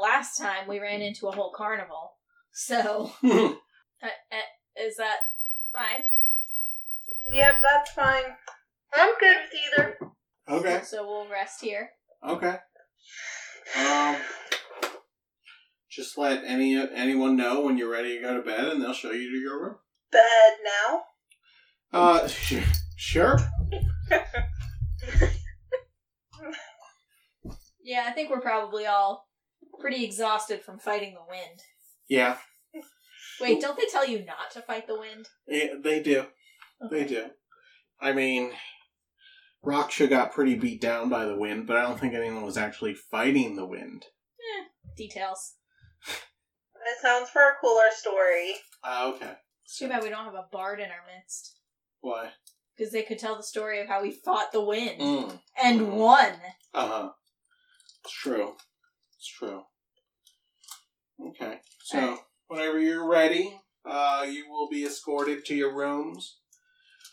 last time we ran into a whole carnival. So, uh, uh, is that fine? Yep, that's fine. I'm good with either. okay. So we'll rest here. Okay. Um, just let any anyone know when you're ready to go to bed, and they'll show you to your room. Bed now. Uh, sure. Yeah, I think we're probably all pretty exhausted from fighting the wind. Yeah, Wait, don't they tell you not to fight the wind? yeah they do. They do. I mean, Raksha got pretty beat down by the wind, but I don't think anyone was actually fighting the wind. Details. It sounds for a cooler story. Ah, okay. It's too bad we don't have a bard in our midst. Why? Because they could tell the story of how we fought the wind Mm. and won. Uh huh. It's true. It's true. Okay. So, Alright. whenever you're ready, uh, you will be escorted to your rooms.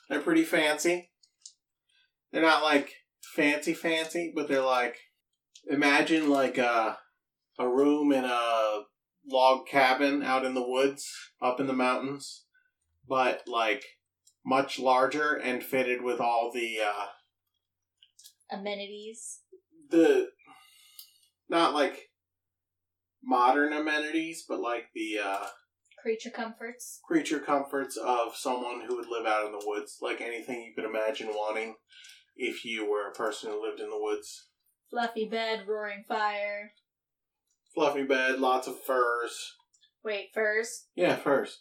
They're pretty fancy. They're not like fancy, fancy, but they're like imagine like a a room in a log cabin out in the woods, up in the mountains, but like much larger and fitted with all the uh, Amenities. the not like modern amenities, but like the uh, Creature comforts. creature comforts of someone who would live out in the woods, like anything you could imagine wanting if you were a person who lived in the woods. Fluffy bed, roaring fire. Fluffy bed, lots of furs. Wait, furs? Yeah, furs.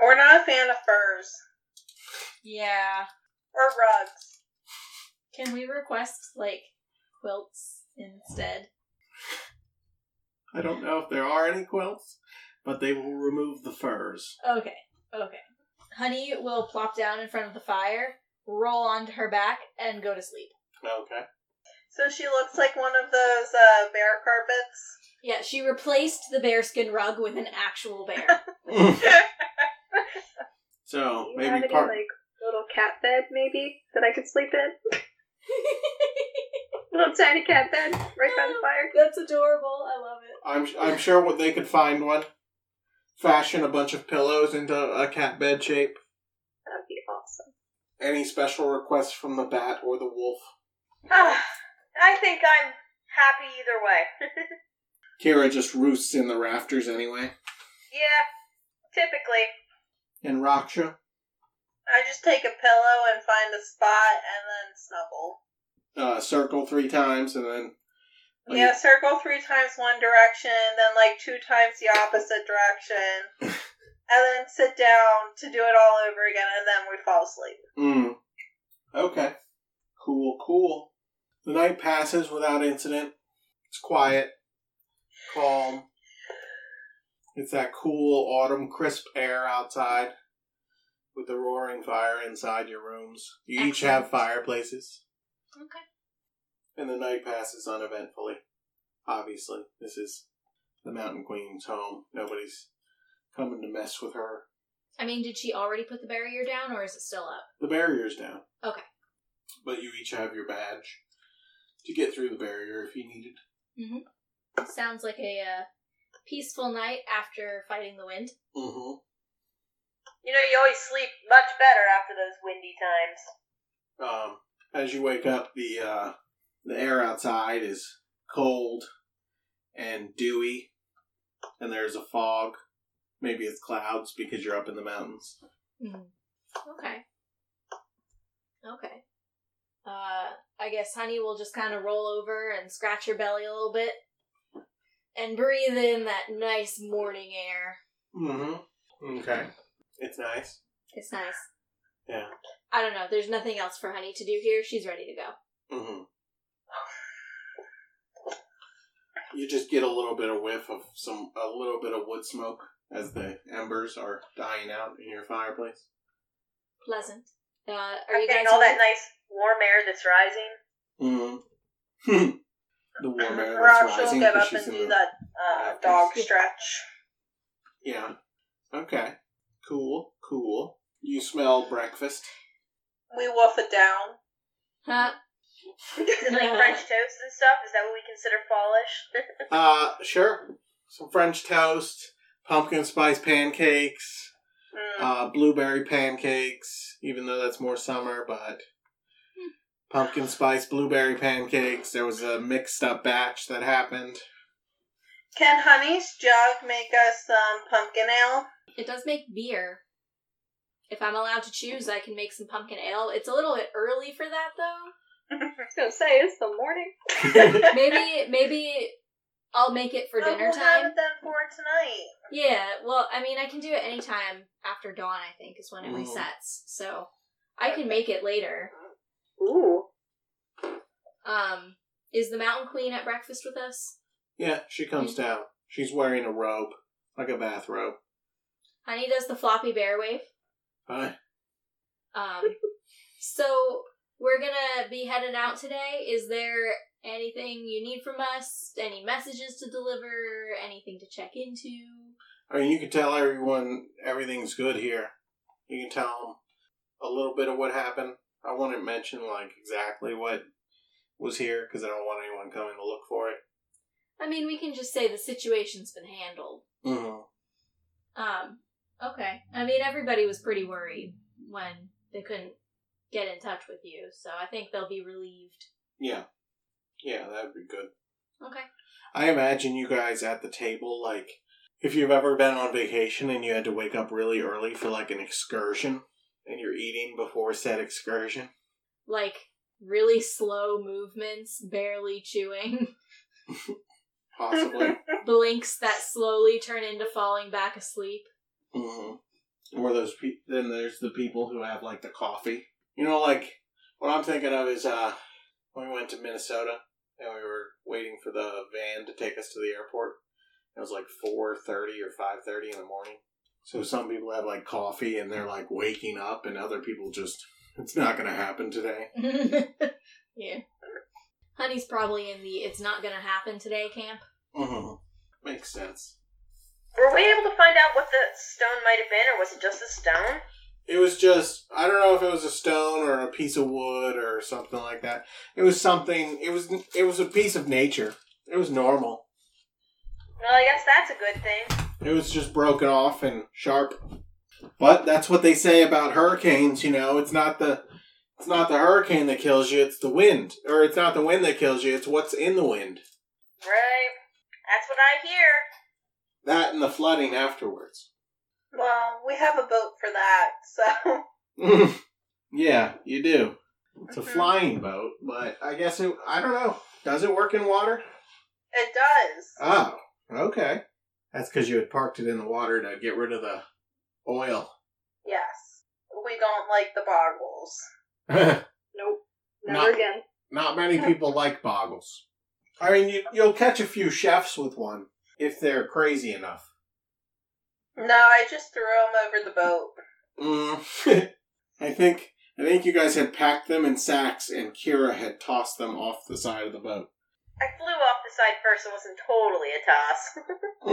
We're not a fan of furs Yeah. or rugs. Can we request, like, quilts instead? I don't know if there are any quilts, but they will remove the furs. Okay, okay. Honey will plop down in front of the fire, roll onto her back, and go to sleep. Okay. So she looks like one of those uh, bear carpets. Yeah, she replaced the bearskin rug with an actual bear. so you have maybe any, part. like, little cat bed, maybe, that I could sleep in? little tiny cat bed right by the fire? That's adorable. I love it. I'm I'm sure what they could find one. Fashion a bunch of pillows into a cat bed shape. That'd be awesome. Any special requests from the bat or the wolf? Ah, I think I'm happy either way. Kira just roosts in the rafters anyway. yeah, typically. And Raksha? I just take a pillow and find a spot and then snuggle. Uh, circle three times and then. like, yeah, circle three times one direction, then like two times the opposite direction, and then sit down to do it all over again, and then we fall asleep. Mm. Okay. Cool, cool. The night passes without incident. It's quiet, calm. It's that cool autumn crisp air outside with the roaring fire inside your rooms. You each Excellent. have fireplaces, Okay. and the night passes uneventfully. Obviously, this is the Mountain Queen's home. Nobody's coming to mess with her. I mean, did she already put the barrier down, or is it still up? The barrier's down. Okay. But you each have your badge to get through the barrier if you needed. Sounds like a uh, peaceful night after fighting the wind. Mm-hmm. You know, you always sleep much better after those windy times. Um, as you wake up, the uh, the air outside is cold and dewy, and there's a fog. Maybe it's clouds because you're up in the mountains. Hmm. Okay. Okay. Uh, I guess Honey will just kind of roll over and scratch her belly a little bit and breathe in that nice morning air. Mm-hmm. Okay. It's nice. It's nice. Yeah. I don't know. There's nothing else for Honey to do here. She's ready to go. Mm-hmm. You just get a little bit of whiff of some, a little bit of wood smoke as the embers are dying out in your fireplace. Pleasant. Uh, are I'm you guys getting all ready? that nice warm air that's rising. Mm-hmm. the warm air that's Rox will rising. get 'cause up she's in and do the- that uh, dog stretch. Yeah. Okay. Cool. Cool. You smell breakfast. We wolf it down. Huh? like French toast and stuff? Is that what we consider fallish? Uh, sure. Some French toast, pumpkin spice pancakes. mm. uh, blueberry pancakes, even though that's more summer, but pumpkin spice blueberry pancakes. There was a mixed up batch that happened. Can Honey's jug make us some pumpkin ale? It does make beer. If I'm allowed to choose, I can make some pumpkin ale. It's a little bit early for that, though. I was gonna say it's the morning. Maybe maybe I'll make it for Oh, dinner we'll have time. it then for tonight. Yeah, well, I mean, I can do it anytime after dawn. I think is when it Mhm. resets, so I can make it later. Ooh. Um, is the Mountain Queen at breakfast with us? Yeah, she comes down. She's wearing a robe, like a bathrobe. Honey does the floppy bear wave. Hi. Um, so we're gonna be headed out today. Is there anything you need from us? Any messages to deliver? Anything to check into? I mean, you can tell everyone everything's good here. You can tell them a little bit of what happened. I wouldn't mention like exactly what was here because I don't want anyone coming to look for it. I mean, we can just say the situation's been handled. Mm-hmm. Um, okay. I mean, everybody was pretty worried when they couldn't get in touch with you, so I think they'll be relieved. Yeah, yeah, that would be good. Okay. I imagine you guys at the table, like, if you've ever been on vacation and you had to wake up really early for, like, an excursion, and you're eating before said excursion. Like, really slow movements, barely chewing, Possibly. blinks that slowly turn into falling back asleep. hmm Or those pe- then there's the people who have, like, the coffee. You know, like, what I'm thinking of is, uh, when we went to Minnesota and we were waiting for the van to take us to the airport. It was like 4.30 or 5.30 in the morning. So some people have, like, coffee and they're, like, waking up and other people just, it's not going to happen today. yeah. Honey's probably in the it's not gonna happen today camp. Mm-hmm. Makes sense. Were we able to find out what the stone might have been, or was it just a stone? It was just I don't know if it was a stone or a piece of wood or something like that. It was something. It was it was a piece of nature. It was normal. Well, I guess that's a good thing. It was just broken off and sharp. But that's what they say about hurricanes. You know, it's not the it's not the hurricane that kills you. It's the wind, or it's not the wind that kills you. It's what's in the wind. Right. That's what I hear. That and the flooding afterwards. Well, we have a boat for that, so yeah, you do. It's a Mhm. flying boat, but I guess it. I don't know. Does it work in water? it does. Oh, okay. That's because you had parked it in the water to get rid of the oil. Yes. We don't like the boggles. Nope. Not- again. Not many people like boggles. I mean, you, you'll catch a few chefs with one if they're crazy enough. No, I just threw them over the boat. Mm. I think I think you guys had packed them in sacks, and Kira had tossed them off the side of the boat. I flew off the side first and wasn't totally a toss.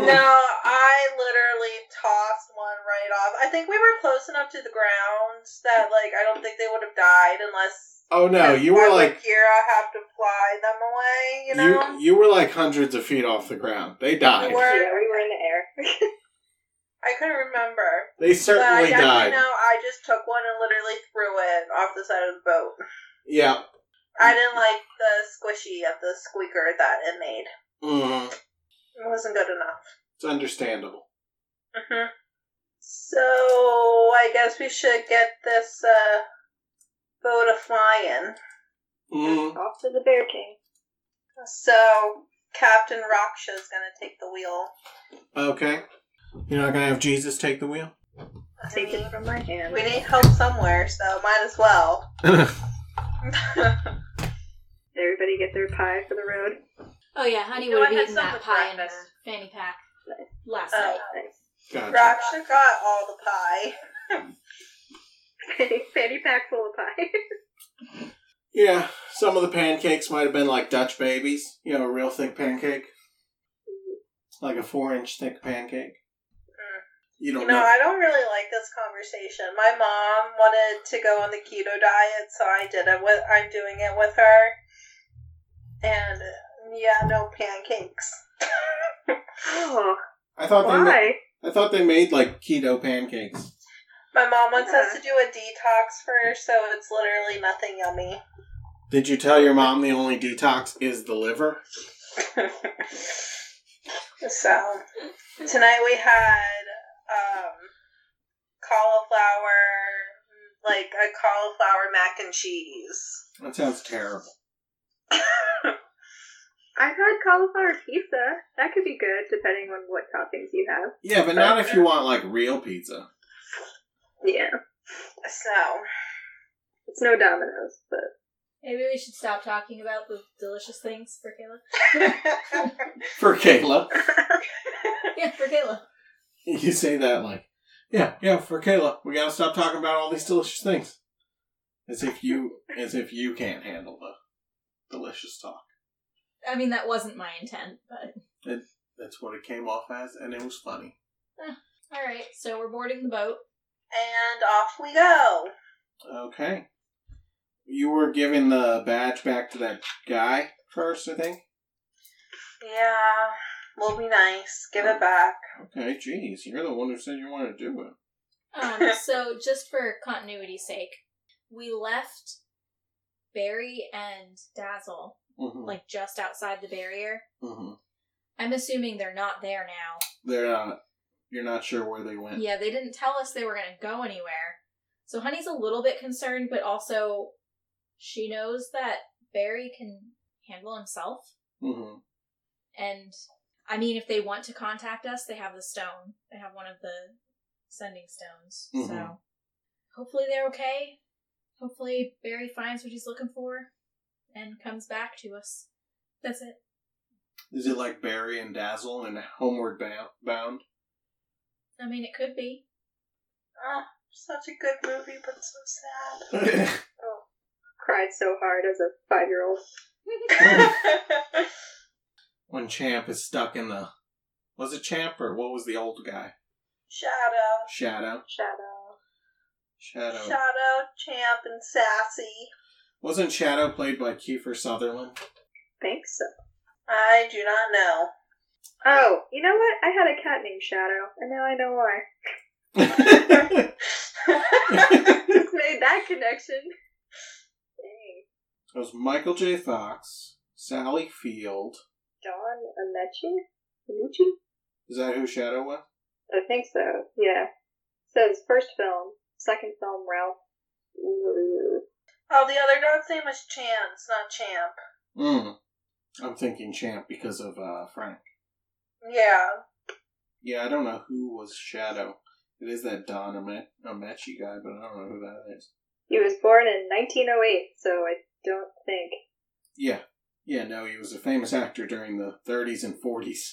No, I literally tossed one right off. I think we were close enough to the ground that, like, I don't think they would have died unless. Oh no, you Why were would like Kira have to fly them away, you know? you, you were like hundreds of feet off the ground. They died. We were- we were in the air. I couldn't remember. They But I certainly definitely died. know I just took one and literally threw it off the side of the boat. Yeah. I didn't like the squishy of the squeaker that it made. hmm It wasn't good enough. It's understandable. Mm-hmm. hmm So I guess we should get this uh, boat a flying. Mm. Off to the Bear King. So Captain Raksha is gonna take the wheel. Okay. You're not gonna have Jesus take the wheel? Take it from my hand. We need help somewhere, so might as well. Uh, Everybody get their pie for the road. Oh yeah, honey You know, would have I had eaten that some for pie in her breakfast. uh, fanny pack Nice. last Oh. night. gotcha. Raksha got all the pie. Fanny pack full of pie. Yeah, some of the pancakes might have been like Dutch babies. You know, a real thick pancake. Like a four inch thick pancake. You don't Mm. You know, know. I don't really like this conversation. My mom wanted to go on the keto diet, so I did it with I'm doing it with her. And uh, yeah, no pancakes. Oh, I, thought they ma- why? I thought they made like keto pancakes. My mom wants us to do a detox first, so it's literally nothing yummy. Did you tell your mom the only detox is the liver? so tonight we had um, cauliflower, like a cauliflower mac and cheese. That sounds terrible. I've had cauliflower pizza. That could be good, depending on what toppings you have. Yeah, but not if you want like real pizza. Yeah, So, it's no Domino's, but Maybe we should stop talking about the delicious things for Kayla. For Kayla. Yeah, for Kayla. You say that like, yeah, yeah, for Kayla. We gotta stop talking about all these delicious things. As if you as if you can't handle the delicious talk. I mean, that wasn't my intent, but That's what it came off as, and it was funny. all right. So we're boarding the boat. and off we go. Okay. You were giving the badge back to that guy first, I think. Yeah, we'll be nice. Give it back. Okay, jeez, you're the one who said you wanted to do it. Um, so just for continuity's sake, we left Barry and Dazzle Mm-hmm. like just outside the barrier. hmm I'm assuming they're not there now. They're not. You're not sure where they went. Yeah, they didn't tell us they were going to go anywhere. So Honey's a little bit concerned, but also she knows that Barry can handle himself. hmm And I mean, if they want to contact us, they have the stone. They have one of the sending stones. So Mhm. hopefully they're okay. Hopefully Barry finds what he's looking for and comes back to us. That's it. Is it like Barry and Dazzle and Homeward Bou- Bound? I mean, it could be. Oh, such a good movie, but so sad. cried so hard as a five-year-old. when Champ is stuck in the. Was it Champ or what was the old guy? Shadow. Shadow. Shadow. Shadow. Shadow, Champ, and Sassy. Wasn't Shadow played by Kiefer Sutherland? Think so. I do not know. Oh, you know what? I had a cat named Shadow, and now I know why. I Just made that connection. Dang. It was Michael J. Fox, Sally Field. John Amechi? Amechi? Is that who Shadow was? I think so, yeah. So his first film, second film, Ralph. Ooh. Oh, the other dog's name was Chance, not Champ. Mm. I'm thinking Champ because of uh, Frank. Yeah. Yeah, I don't know who was Shadow. It is that Don Ame- Ameche guy, but I don't know who that is. He was born in 1908, so I don't think. Yeah. Yeah, no, he was a famous actor during the 30s and 40s.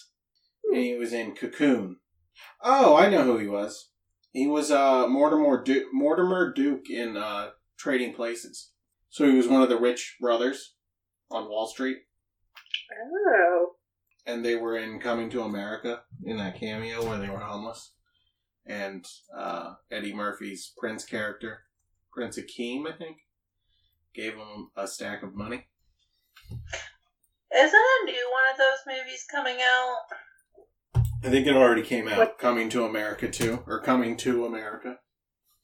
And he was in Cocoon. Oh, I know who he was. He was uh, Mortimer, du- Mortimer Duke in uh, Trading Places. So he was one of the rich brothers on Wall Street. Oh. and they were in Coming to America in that cameo where they were homeless. And uh, Eddie Murphy's Prince character, Prince Akeem, I think, gave him a stack of money. Isn't a new one of those movies coming out? I think it already came out. What- Coming to America too, or Coming to America.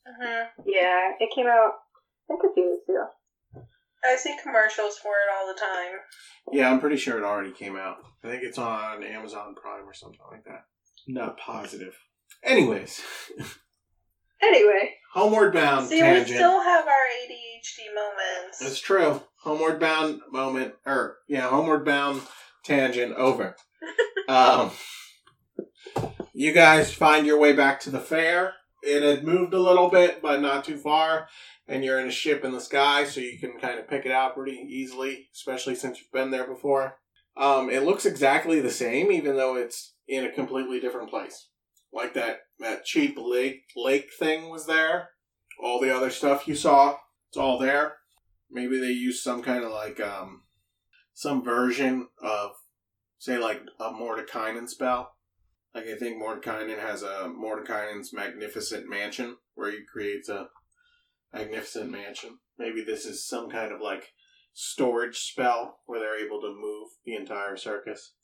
hmm Yeah, it came out, I think a few weeks ago. I see commercials for it all the time. Yeah, I'm pretty sure it already came out. I think it's on Amazon Prime or something like that. Not positive. Anyways, Anyway. Homeward Bound See, tangent. we still have our ADHD moments. That's true. Homeward bound moment, or yeah, homeward bound tangent over. um, you guys find your way back to the fair. It had moved a little bit, but not too far. And you're in a ship in the sky, so you can kind of pick it out pretty easily, especially since you've been there before. Um, it looks exactly the same, even though it's in a completely different place. Like that that cheap lake lake thing was there. All the other stuff you saw, it's all there. Maybe they use some kind of like um some version of say like a Mordekainen spell. Like I think Mordekainen has a Mordekainen's magnificent mansion where he creates a magnificent mansion. Maybe this is some kind of like storage spell where they're able to move the entire circus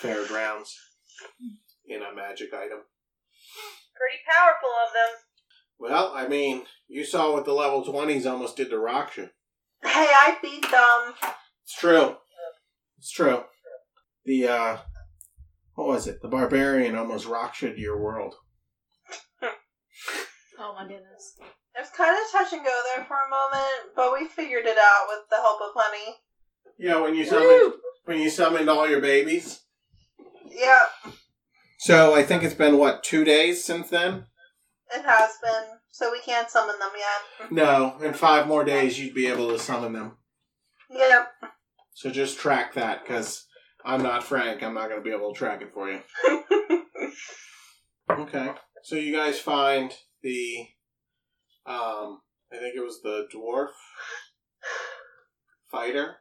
fairgrounds in a magic item. Pretty powerful of them. Well, I mean, you saw what the level twenties almost did to Raksha. Hey, I beat them. It's true. It's true. The uh what was it? The barbarian almost rocked your world. Oh my goodness. It was kind of touch and go there for a moment, but we figured it out with the help of Honey. Yeah, when you summoned when you summoned all your babies. Yep, So I think it's been what two days since then. it has been. So we can't summon them yet. No, in five more days you'd be able to summon them. Yep. So just track that because I'm not Frank. I'm not going to be able to track it for you. Okay. So you guys find the, um, I think it was the dwarf fighter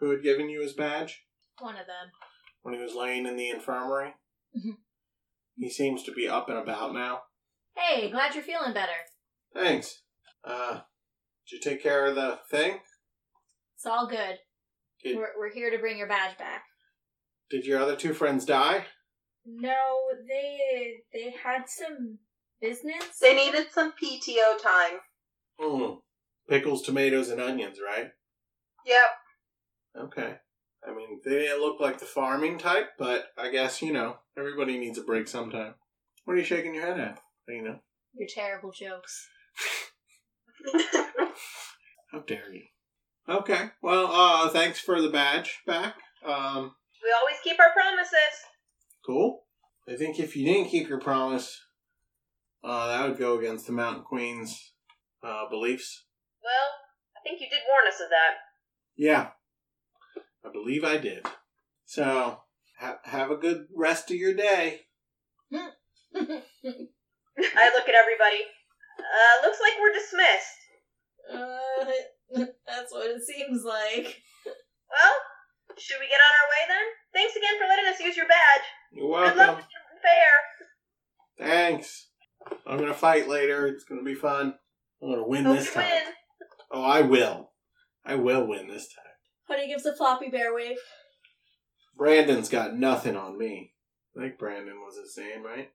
who had given you his badge One of them. when he was laying in the infirmary. Mhm. He seems to be up and about now. Hey, glad you're feeling better. Thanks. Uh, did you take care of the thing? It's all good. Good. We're, we're here to bring your badge back. Did your other two friends die? No, they they had some business. They needed some PTO time. Mm. Pickles, tomatoes, and onions, right? Yep. Okay. I mean, they didn't look like the farming type, but I guess, you know, everybody needs a break sometime. What are you shaking your head at? You know? Your terrible jokes. How dare you? Okay. Well, uh, thanks for the badge back. Um, We always keep our promises. cool. I think if you didn't keep your promise, uh, that would go against the Mountain Queen's, uh, beliefs. Well, I think you did warn us of that. Yeah. I believe I did. So, ha- have a good rest of your day. I look at everybody. Uh, looks like we're dismissed. Uh, that's what it seems like. Well, should we get on our way then? Thanks again for letting us use your badge. You're Good luck welcome. with your fair. Thanks. I'm gonna fight later. It's gonna be fun. I'm gonna win Hope this you time. win. Oh, I will. I will win this time. Honey gives a floppy bear wave. Brandon's got nothing on me. I think Brandon was his name, right?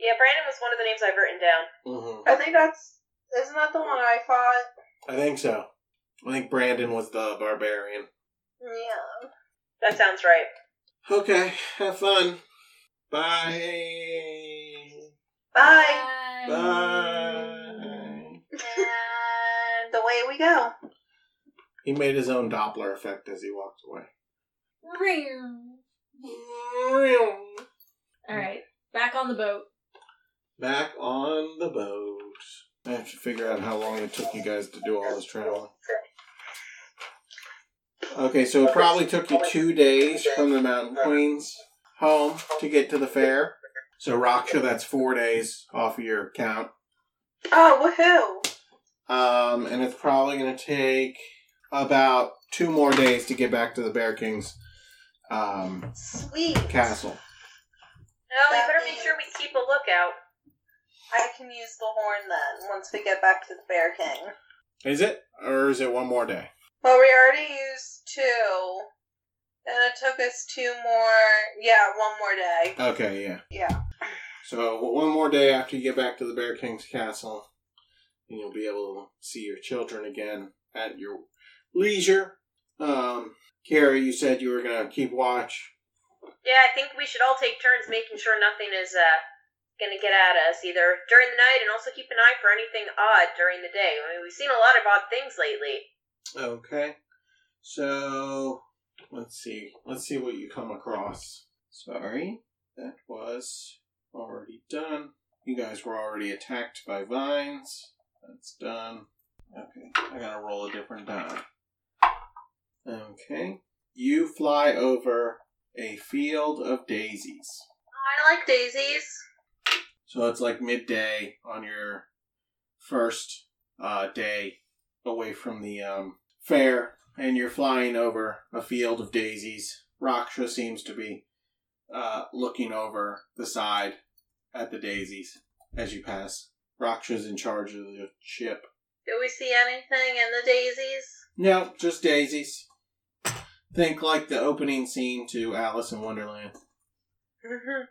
Yeah, Brandon was one of the names I've written down. Mm-hmm. I think that's isn't that the one I fought? I think so. I think Brandon was the barbarian. Yeah. That sounds right. Okay. Have fun. Bye. Bye. Bye. and away we go. He made his own Doppler effect as he walked away. All right, back on the boat. Back on the boat. I have to figure out how long it took you guys to do all this traveling. Okay, so it probably took you two days from the Mountain Queens home to get to the fair. So, Raksha, that's four days off of your count. Oh, woohoo! Um, and it's probably going to take about two more days to get back to the Bear King's um, Sweet. castle. No, we That better make sure we means- keep a lookout. I can use the horn then once we get back to the Bear King. Is it? Or is it one more day? Well, we already used two, and it took us two more. Yeah, one more day. Okay, yeah. Yeah. So one more day after you get back to the Bear King's castle, and you'll be able to see your children again at your leisure. Um, Carrie, you said you were gonna keep watch. Yeah, I think we should all take turns making sure nothing is uh gonna get at us either during the night and also keep an eye for anything odd during the day. I mean, we've seen a lot of odd things lately. Okay. So let's see. Let's see what you come across. Sorry, that was already done. You guys were already attacked by vines. That's done. Okay, I gotta roll a different die. Okay. You fly over a field of daisies. I like daisies. So it's like midday on your first uh, day away from the um, fair, and you're flying over a field of daisies. Raksha seems to be uh, looking over the side at the daisies as you pass. Raksha's in charge of the ship. Do we see anything in the daisies? No, just daisies. Think like the opening scene to Alice in Wonderland. Mm-hmm. Mhm.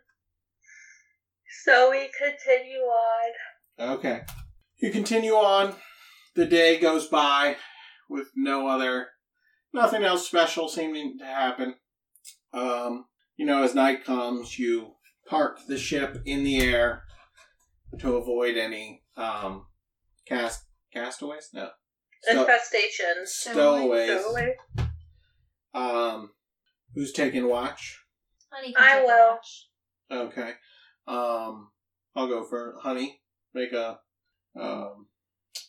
So we continue on. Okay. You continue on. The day goes by with no other, nothing else special seeming to happen. Um, you know, as night comes, you park the ship in the air to avoid any um, Cast castaways? No. Stow- Infestations. stowaways. Go away. Um, who's taking watch? Honey, I take a will. watch. Okay. Um, I'll go for honey. Make a um,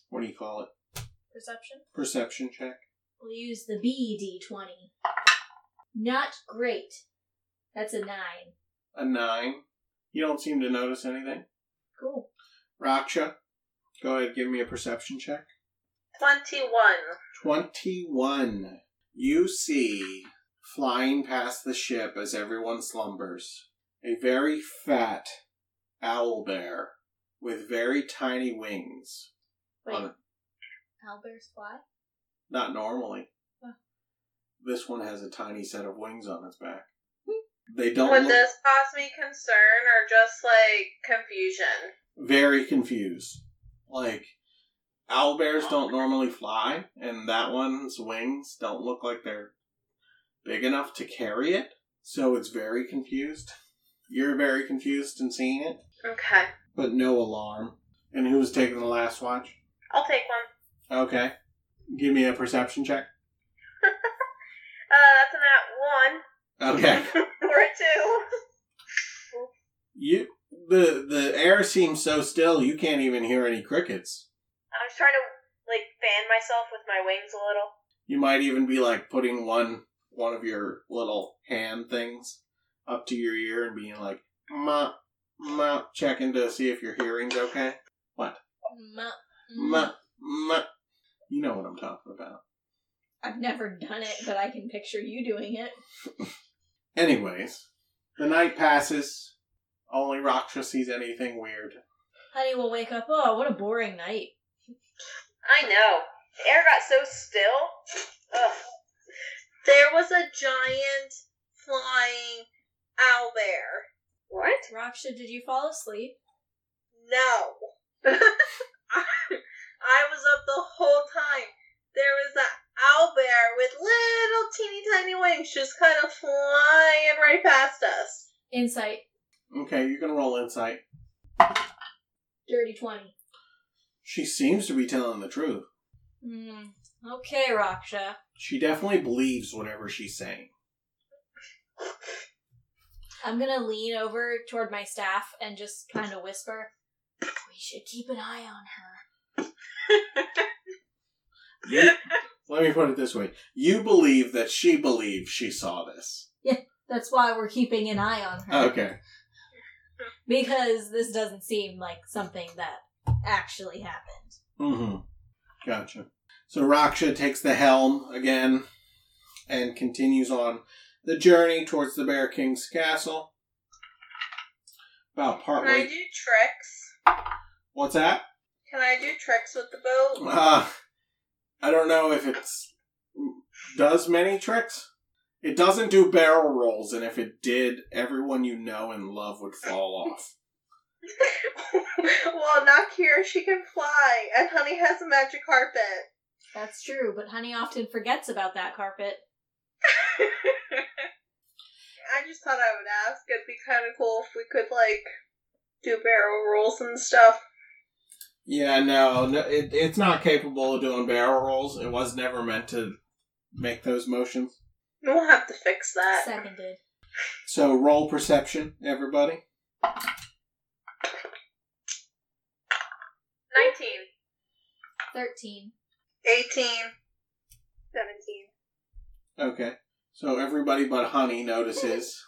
what do you call it? Perception. Perception check. We'll use the B D20. Not great. That's a nine. A nine. You don't seem to notice anything. Cool. Raksha, go ahead. Give me a perception check. 21. 21. You see, flying past the ship as everyone slumbers, a very fat owl bear with very tiny wings. Wait, On it. owlbears fly? Not normally. Huh. This one has a tiny set of wings on its back. Hmm. They don't Would look this cause me concern or just like confusion? very confused. Like, owl bears don't normally fly, and that one's wings don't look like they're big enough to carry it, so it's very confused. You're very confused in seeing it, Okay. but no alarm. And who's taking the last watch? I'll take one. Okay. Give me a perception check. Uh, that's an at one Okay. or a two. you the the air seems so still you can't even hear any crickets. I was trying to like fan myself with my wings a little. You might even be like putting one one of your little hand things up to your ear and being like, "Ma, ma," checking to see if your hearing's okay. Muh. Mm-hmm. Ma, ma. You know what I'm talking about. I've never done it, but I can picture you doing it. Anyways, the night passes. Only Raksha sees anything weird. Honey will wake up. Oh, what a boring night. I know. The air got so still. Ugh. There was a giant flying owl bear. What? Raksha, did you fall asleep? No. I was up the whole time. There was an owl bear with little teeny tiny wings just kind of flying right past us. Insight. Okay, you can roll insight. Dirty 20. She seems to be telling the truth. Mm. Okay, Raksha. She definitely believes whatever she's saying. I'm gonna lean over toward my staff and just kind of whisper, We should keep an eye on her. You, let me put it this way: you believe that she believes she saw this. That's why we're keeping an eye on her. Okay. Because this doesn't seem like something that actually happened. Mm-hmm. Gotcha. So Raksha takes the helm again and continues on the journey towards the Bear King's castle. About Can I partway. do tricks? What's that? Can I do tricks with the boat? Uh, I don't know if it's does many tricks. It doesn't do barrel rolls, and if it did, everyone you know and love would fall off. well, not here. She can fly, and Honey has a magic carpet. That's true, but Honey often forgets about that carpet. I just thought I would ask. It'd be kind of cool if we could like do barrel rolls and stuff. Yeah, no, no it, it's not capable of doing barrel rolls. It was never meant to make those motions. We'll have to fix that. Seconded. So roll perception, everybody. 19. 13. 18. 17. Okay. So everybody but Honey notices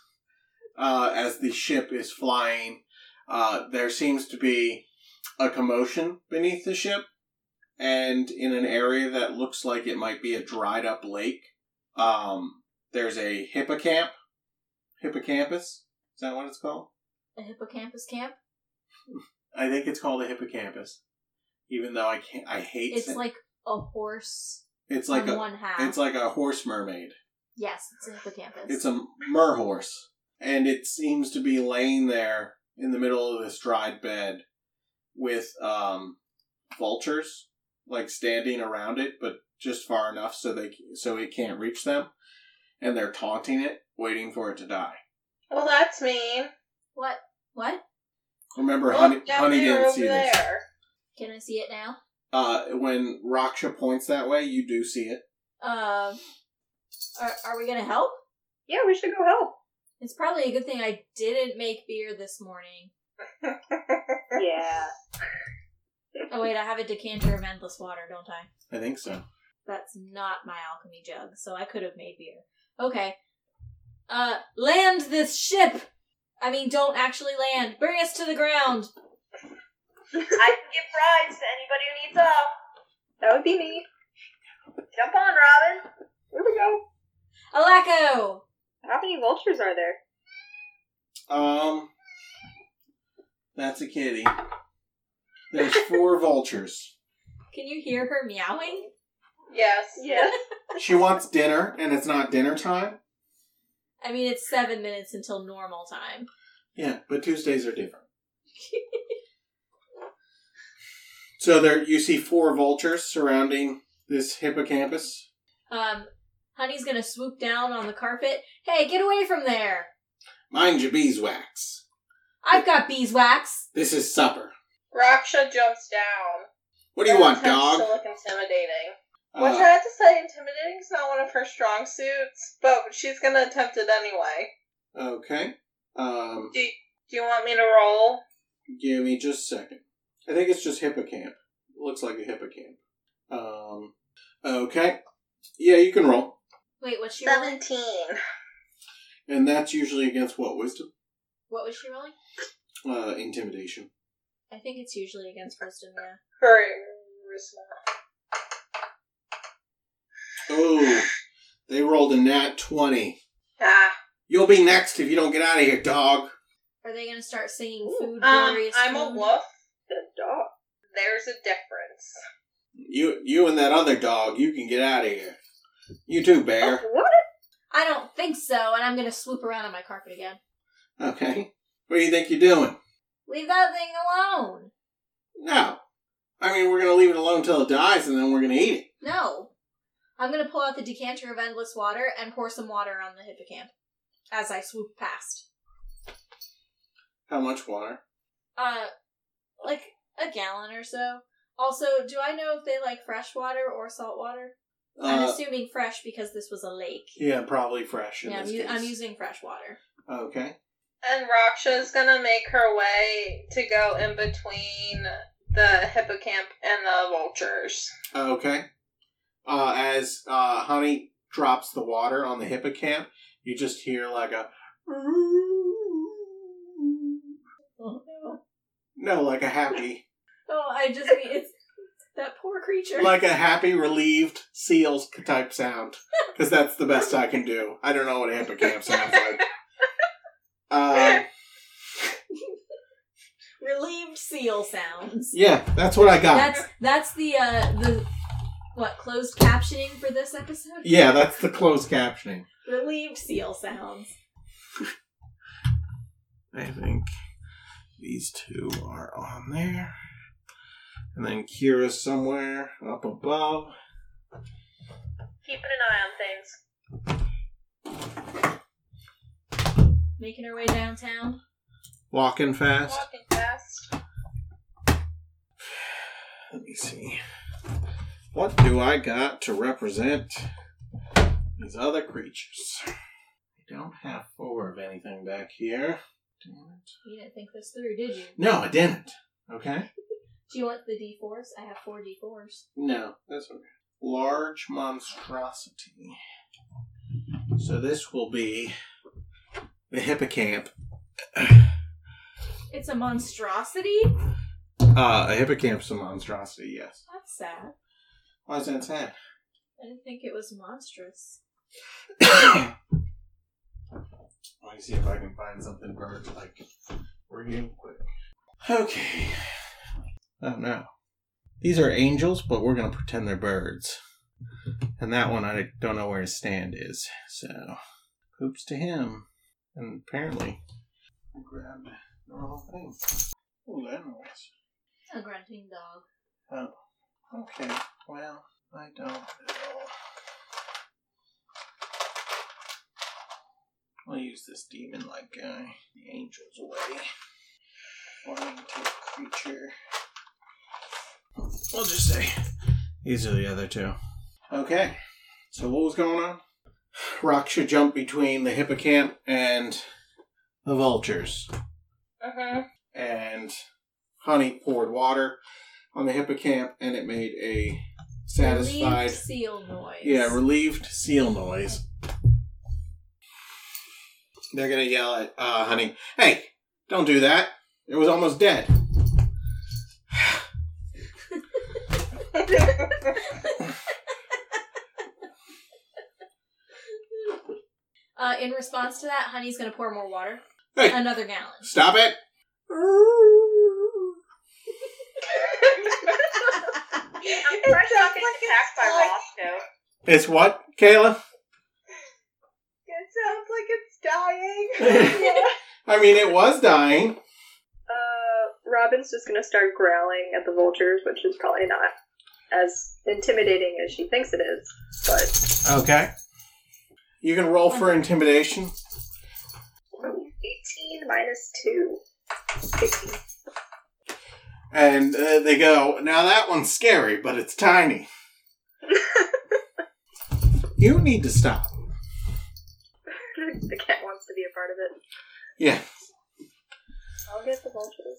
uh, as the ship is flying. Uh, there seems to be a commotion beneath the ship, and in an area that looks like it might be a dried up lake. Um, there's a hippocamp, hippocampus. Is that what it's called? A hippocampus camp? I think it's called a hippocampus. Even though I can't, I hate It's saying- like a horse it's like on a one half. it's like a horse mermaid. yes, it's a hippocampus. It's a mer horse, and it seems to be laying there in the middle of this dried bed with um, vultures like standing around it, but just far enough so they so it can't reach them, and they're taunting it, waiting for it to die. Well, that's mean. what? What? Remember, Look, honey, Oh, down honey there didn't over see this. there. Can I see it now? Uh, when Raksha points that way, you do see it. Um, are, are we gonna help? Yeah, we should go help. It's probably a good thing I didn't make beer this morning. Yeah. Oh wait, I have a decanter of endless water, don't I? I think so. That's not my alchemy jug, so I could have made beer. Okay. Uh, land this ship! I mean, don't actually land. Bring us to the ground! I can give rides to anybody who needs help. That would be me. Jump on, Robin. Here we go. Alaco! How many vultures are there? Um, that's a kitty. There's four vultures. Can you hear her meowing? Yes. Yeah. She wants dinner, and it's not dinner time. I mean, it's seven minutes until normal time. Yeah, but Tuesdays are different. so there, you see four vultures surrounding this hippocampus. Um, Honey's gonna swoop down on the carpet. Hey, get away from there! Mind your beeswax. I've got beeswax! This is supper. Raksha jumps down. What do you Her want, attempts dog? To look intimidating. Which I Uh, have to say, intimidating is not one of her strong suits, but she's gonna attempt it anyway. Uh, okay. Um, Do you want me to roll? give me just a second. I think it's just hippocamp. Looks like a hippocamp. Um, okay. Yeah, you can roll. Wait, what's she rolling? Seventeen. And that's usually against what? Wisdom? What was she rolling? Uh, intimidation. I think it's usually against wisdom, yeah. Her charisma. Oh, they rolled a nat 20. Ah. You'll be next if you don't get out of here, dog. Are they gonna start singing Ooh. food Um, glorious I'm a food? wolf. The dog. There's a difference. You, you and that other dog, you can get out of here. You too, bear. Oh, what? I don't think so, and I'm gonna swoop around on my carpet again. Okay. What do you think you're doing? Leave that thing alone! No. I mean, we're gonna leave it alone till it dies, and then we're gonna eat it. No! I'm gonna pull out the decanter of endless water and pour some water on the hippocamp as I swoop past. How much water? Uh, like a gallon or so. Also, do I know if they like fresh water or salt water? I'm Uh, assuming fresh because this was a lake. yeah, probably fresh in Yeah, I'm, this u- case. I'm using fresh water. okay. And Raksha's gonna make her way to go in between the hippocamp and the vultures. Okay. Uh, as uh, Honey drops the water on the hippocamp, you just hear like a Oh no. no, like a happy, Oh, I just mean it's that poor creature. like a happy relieved seals type sound because that's the best I can do. I don't know what a hippocamp sounds like. Um, Relieved seal sounds. yeah, that's what I got. That's that's the uh the what closed captioning for this episode? yeah, that's the closed captioning. Relieved seal sounds. I think these two are on there. And then Kira's somewhere up above. Keeping an eye on things. Making her way downtown. Walking fast. Walking fast. Let me see. What do I got to represent these other creatures? I don't have four of anything back here. Damn it. You didn't think this through, did you? No, I didn't. Okay? Do you want the D4s? I have four D4s. No, that's okay. Large monstrosity. So this will be the hippocamp. It's a monstrosity? Uh, a hippocamp's a monstrosity, yes. That's sad. Why is that sad? I didn't think it was monstrous. Let me see if I can find something bird like real quick. Okay. Oh no. These are angels, but we're gonna pretend they're birds. And that one I don't know where his stand is, so oops to him. And apparently I grabbed the wrong thing. Oh that noise. A grunting dog. Oh, okay. Well, I don't know. I'll use this demon like guy. The angel's away. Wanting to creature. I'll just say these are the other two. Okay. So what was going on? Raksha jumped between the hippocamp and the vultures. Mm-hmm. and honey poured water on the hippocamp and it made a satisfied Relieved seal noise. yeah relieved seal noise they're gonna yell at uh, honey hey don't do that it was almost dead uh, in response to that, Honey's gonna pour more water. Hey. Another gallon. stop it I'm fresh off sounds his like attack it's by like- Roscoe. it's what kayla It sounds like it's dying. i mean it was dying Uh, Robin's just gonna start growling at the vultures, which is probably not as intimidating as she thinks it is. But okay you can roll for intimidation 18 minus 2. 15. and uh, they go, "Now that one's scary, but it's tiny." you need to stop. the cat wants to be a part of it. Yeah. I'll get the vultures.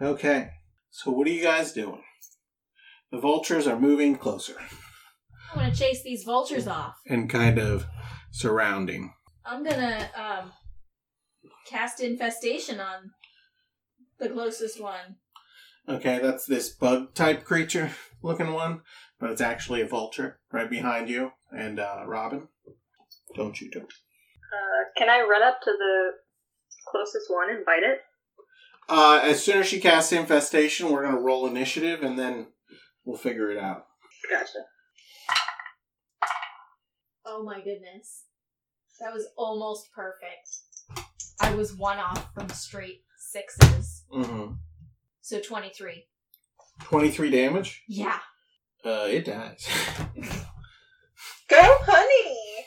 Okay. So what are you guys doing? The vultures are moving closer I wanna chase these vultures off. and kind of surrounding. I'm gonna um, cast infestation on the closest one. Okay, that's this bug type creature looking one, but it's actually a vulture right behind you and uh, Robin. Don't you do? it. Uh, can I run up to the closest one and bite it? Uh, as soon as she casts infestation, we're gonna roll initiative and then we'll figure it out. Gotcha. Oh my goodness. That was almost perfect. I was one off from straight sixes. Mm-hmm. So 23. 23 damage. Yeah. Uh, it dies. Go, honey.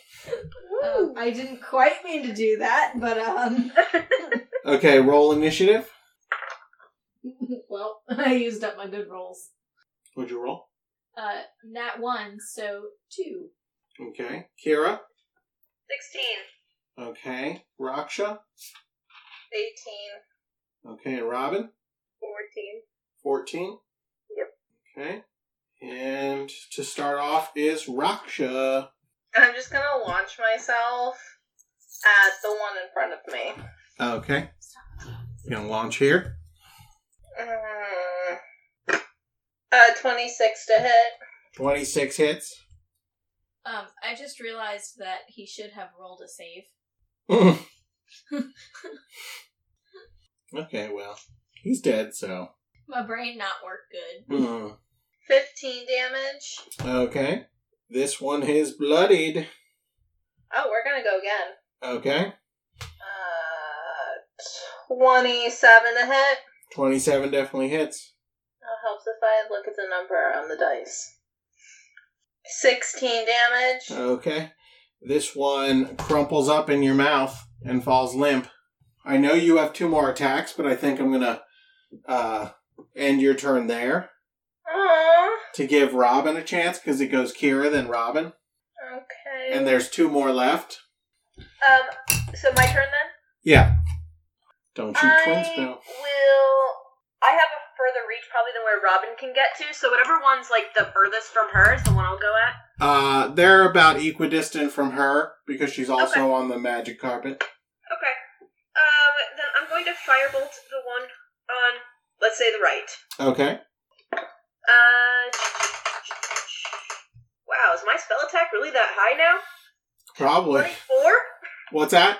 Um, I didn't quite mean to do that, but um. okay, roll initiative. well, I used up my good rolls. What'd you roll? Uh, nat one, so two. Okay. Kira. 16. Okay. Raksha. 18. Okay. Robin. 14. 14. Yep. Okay. And to start off is Raksha. I'm just gonna launch myself at the one in front of me. Okay. You gonna launch here? Mm. Uh, 26 to hit. 26 hits. Um, I just realized that he should have rolled a save. okay, well, he's dead, so. My brain not worked good. Mm. 15 damage. Okay. This one is bloodied. Oh, we're gonna go again. Okay. Uh, 27 to hit. 27 definitely hits. That helps if I look at the number on the dice. 16 damage. Uh. Okay. This one crumples up in your mouth and falls limp. I know you have two more attacks, but I think I'm going to uh, end your turn there Aww. to give Robin a chance because it goes Kira, then Robin. Okay. And there's two more left. um, so my turn then? Yeah. Don't you twin I spell. will. I have a further reach probably than where Robin can get to, so whatever one's like the furthest from her is the one I'll go at. Uh, they're about equidistant from her because she's also on the magic carpet. Okay. Um, then I'm going to firebolt the one on, let's say, the right. Okay. Uh. Wow, is my spell attack really that high now? Probably. 24? What's that?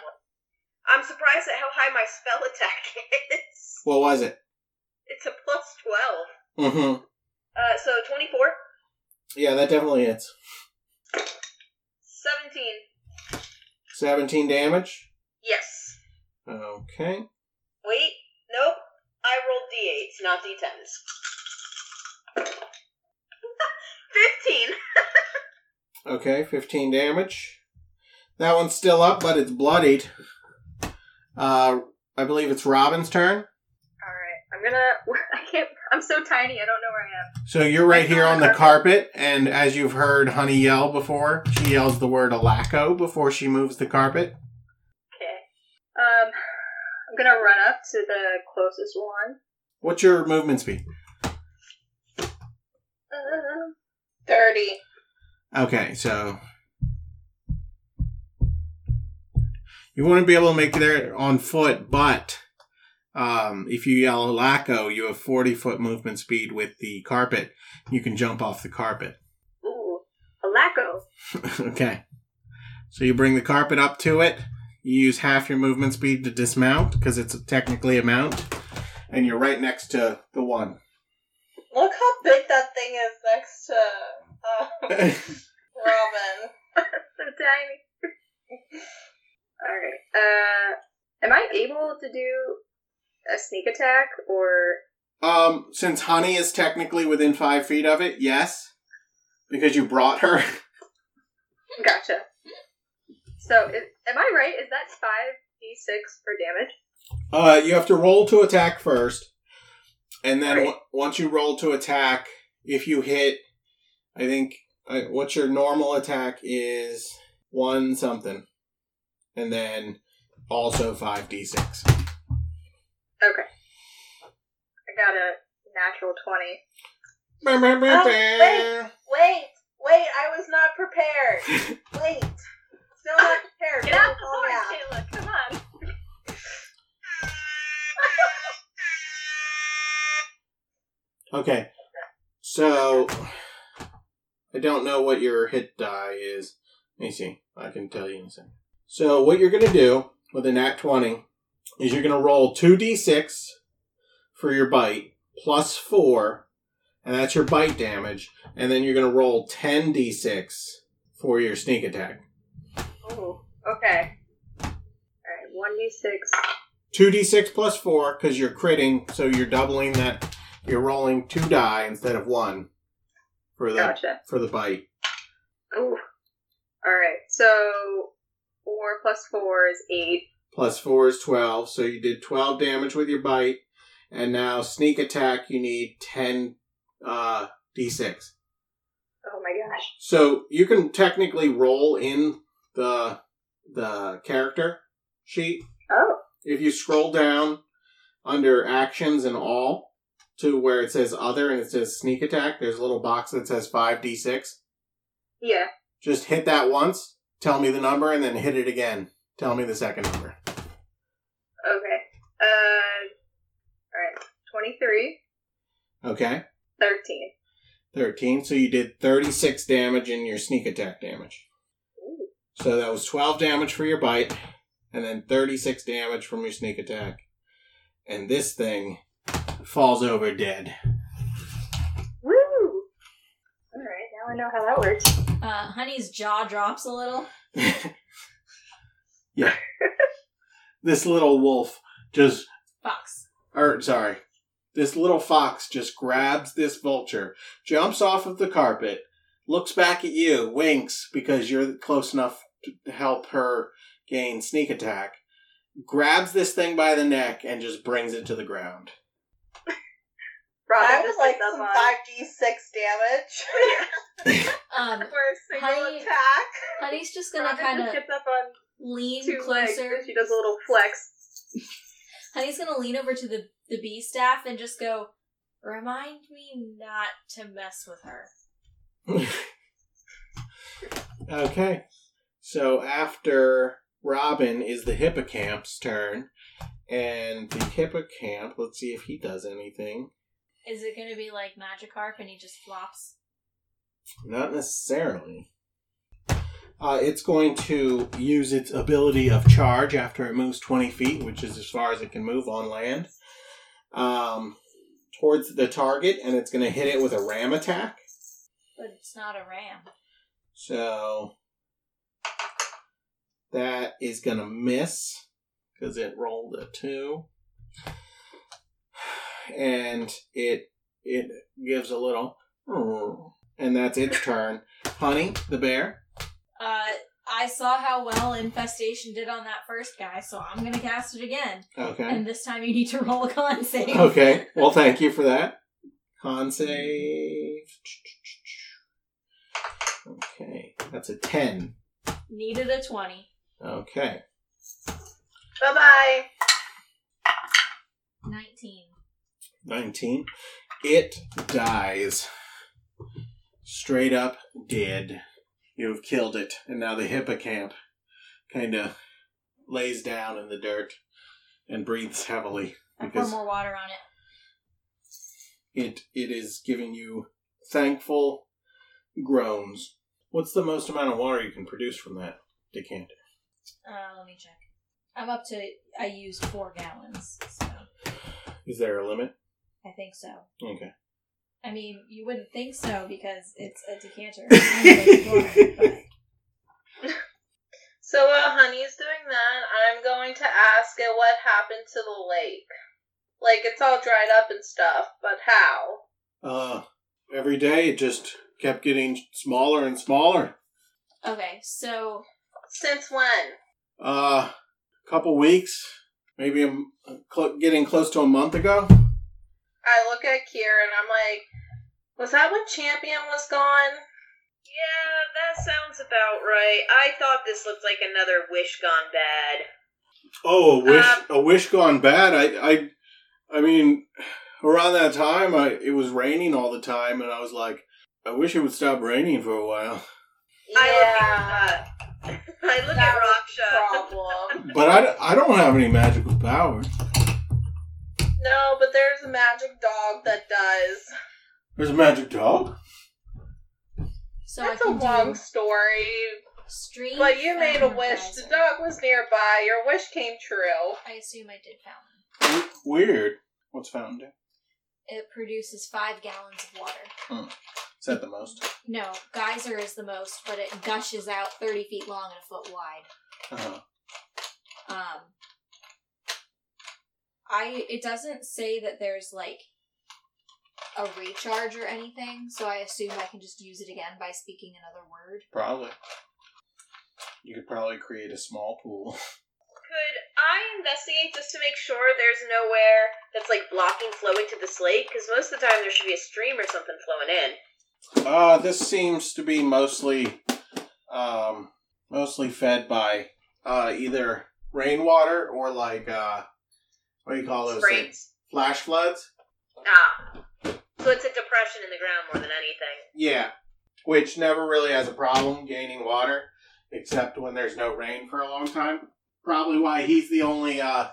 I'm surprised at how high my spell attack is. What was it? It's a plus 12. Mm hmm. Uh, so 24? Yeah, that definitely hits. 17. 17 damage. Yes. Okay. Wait, nope. I rolled d8s, not d10s. 15. Okay, 15 damage. That one's still up, but it's bloodied. Uh, I believe it's Robin's turn. Alright, I'm gonna. I can't. I'm I'm so tiny, I don't know where I am. So you're right here on the carpet, and as you've heard Honey yell before, she yells the word "alaco" before she moves the carpet. Okay. Um, I'm gonna run up to the closest one. What's your movement speed? Uh, Thirty. Okay, so you want to be able to make there on foot, but um, if you yell "alaco," you have forty foot movement speed with the carpet. You can jump off the carpet. ooh, Alaco. Okay. So you bring the carpet up to it. You use half your movement speed to dismount because it's technically a mount, and you're right next to the one. Look how big that thing is next to uh, Robin. So tiny. All right. Uh, am I able to do a sneak attack or? um, since Honey is technically within five feet of it, yes, because you brought her. Gotcha. So, is, am I right? Is that five d six for damage? Uh, you have to roll to attack first, and then Right. w- once you roll to attack, if you hit, I think uh, what your normal attack is one something, and then also five d six. I got a natural twenty. Wait, wait, I was not prepared. Wait. Still not prepared. Get out the Don't board, call me out. Kayla. Come on. Okay. So I don't know what your hit die is. Let me see. I can tell you in a second. So what you're gonna do with a nat twenty is you're gonna roll two d six for your bite plus four, and that's your bite damage, and then you're gonna roll ten d six for your sneak attack. Oh, okay. All right, one d six. Two d six plus four because you're critting, so you're doubling that. You're rolling two die instead of one for the Gotcha. for the bite. Ooh. All right. So four plus four is eight. plus four is 12 so you did 12 damage with your bite and now sneak attack you need 10 uh, d6 Oh my gosh. so you can technically roll in the the character sheet Oh. if you scroll down under actions and all to where it says other and it says sneak attack there's a little box that says 5d6 Yeah. just hit that once tell me the number and then hit it again tell me the second number Okay. Uh. All right. 23, okay 13. 13. So you did 36 damage in your sneak attack damage. Ooh. So that was 12 damage for your bite, and then 36 damage from your sneak attack. And this thing falls over dead. Woo! All right. Now I know how that works. Uh, Honey's jaw drops a little. yeah. this little wolf just, Fox. or sorry, this little fox just grabs this vulture, jumps off of the carpet, looks back at you, winks because you're close enough to help her gain sneak attack, grabs this thing by the neck, and just brings it to the ground. Robin I would just like picked up some on- 5d6 damage Um, for a single Honey- attack. Honey's just gonna Robin kind just of gets up on lean two legs. closer. and She does a little flex. Honey's gonna lean over to the the bee staff and just go. Remind me not to mess with her. Okay. So after Robin is the hippocamp's turn, and the hippocamp, let's see if he does anything. Is it gonna be like Magikarp and he just flops? Not necessarily. Uh, it's going to use its ability of charge after it moves 20 feet, which is as far as it can move on land, um, towards the target, and it's going to hit it with a ram attack. But it's not a ram. So that is going to miss because it rolled a 2. And it it gives a little and that's its turn. Honey, the bear. Uh, I saw how well Infestation did on that first guy, so I'm gonna cast it again. Okay. And this time you need to roll a con save. Okay. Well, thank you for that. Con save. Okay, that's a 10. Needed a 20. Okay. Bye bye. 19. 19. It dies. Straight up dead. You have killed it. And now the hippocamp kind of lays down in the dirt and breathes heavily I pour Because- more water on it. it it is giving you thankful groans. What's the most amount of water you can produce from that decanter? Uh, let me check. I'm up to, I used four gallons, so Is there a limit? I think so. Okay. I mean, you wouldn't think so because it's a decanter. Anyway, but- So while Honey's doing that, I'm going to ask it what happened to the lake. Like it's all dried up and stuff, but how? Uh every day it just kept getting smaller and smaller. Okay, so Since when? Uh couple weeks, maybe I'm cl- getting close to a month ago. I look at Kira and I'm like, was that when Champion was gone? Yeah, that sounds about right. I thought this looked like another wish gone bad. Oh, a wish Um, a wish gone bad. I I I mean around that time I it was raining all the time and I was like I wish it would stop raining for a while. I look at, uh, I look That at Raksha. problem. But I, I don't have any magical power. no, but there's a magic dog that does. There's a magic dog? so That's I can a long do story. stream. But you made a wish. The advertising. dog was nearby. Your wish came true. I assume I did fountain. W- Weird. What's fountain do? It produces five gallons of water. Is that the most? No, geyser is the most, but it gushes out thirty feet long and a foot wide. Uh-huh. Um, I it doesn't say that there's like a recharge or anything, so I assume I can just use it again by speaking another word. Probably. You could probably create a small pool. Could I investigate just to make sure there's nowhere that's like blocking flow into this lake? Because most of the time there should be a stream or something flowing in. Uh, this seems to be mostly, um, mostly fed by uh, either rainwater or like uh, what do you call those? things? Springs. Flash floods. Ah. So it's a depression in the ground more than anything. Yeah, which never really has a problem gaining water, except when there's no rain for a long time. Probably why he's the only uh,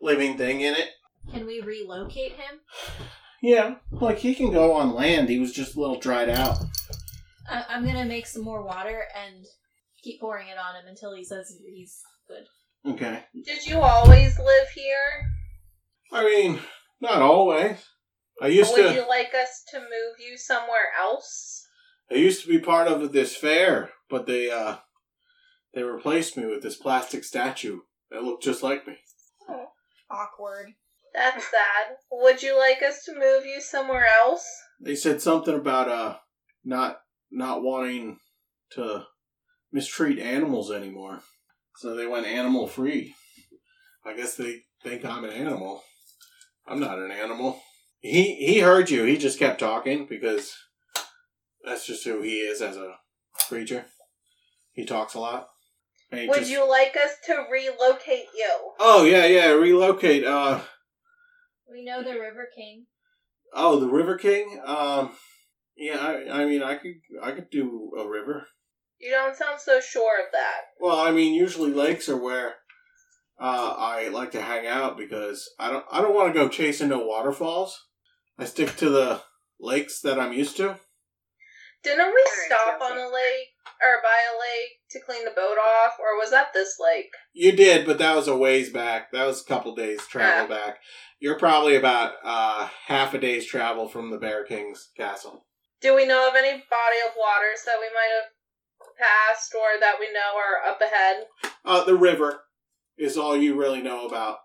living thing in it. Can we relocate him? Yeah, like he can go on land. He was just a little dried out. I, I'm gonna make some more water and keep pouring it on him until he says he's good. Okay. Did you always live here? I mean, not always. I used Would to. you like us to move you somewhere else? I used to be part of this fair, but they uh they replaced me with this plastic statue that looked just like me. Awkward. That's sad. Would you like us to move you somewhere else? They said something about uh not not wanting to mistreat animals anymore. So they went animal free. I guess they think I'm an animal. I'm not an animal. He he heard you. He just kept talking because that's just who he is as a creature. He talks a lot. And he Would just- you like us to relocate you? Oh yeah, yeah. Relocate. Uh We know the River King. oh, the River King. Um, yeah. I, I mean, I could I could do a river. You don't sound so sure of that. Well, I mean, usually lakes are where uh, I like to hang out because I don't I don't want to go chasing no waterfalls. I stick to the lakes that I'm used to. Didn't we Very stop careful. on a lake or by a lake to clean the boat off, or was that this lake? You did, but that was a ways back. That was a couple days travel back. You're probably about uh, half a day's travel from the Bear King's castle. Do we know of any body of waters that we might have passed or that we know are up ahead? Uh, the river is all you really know about.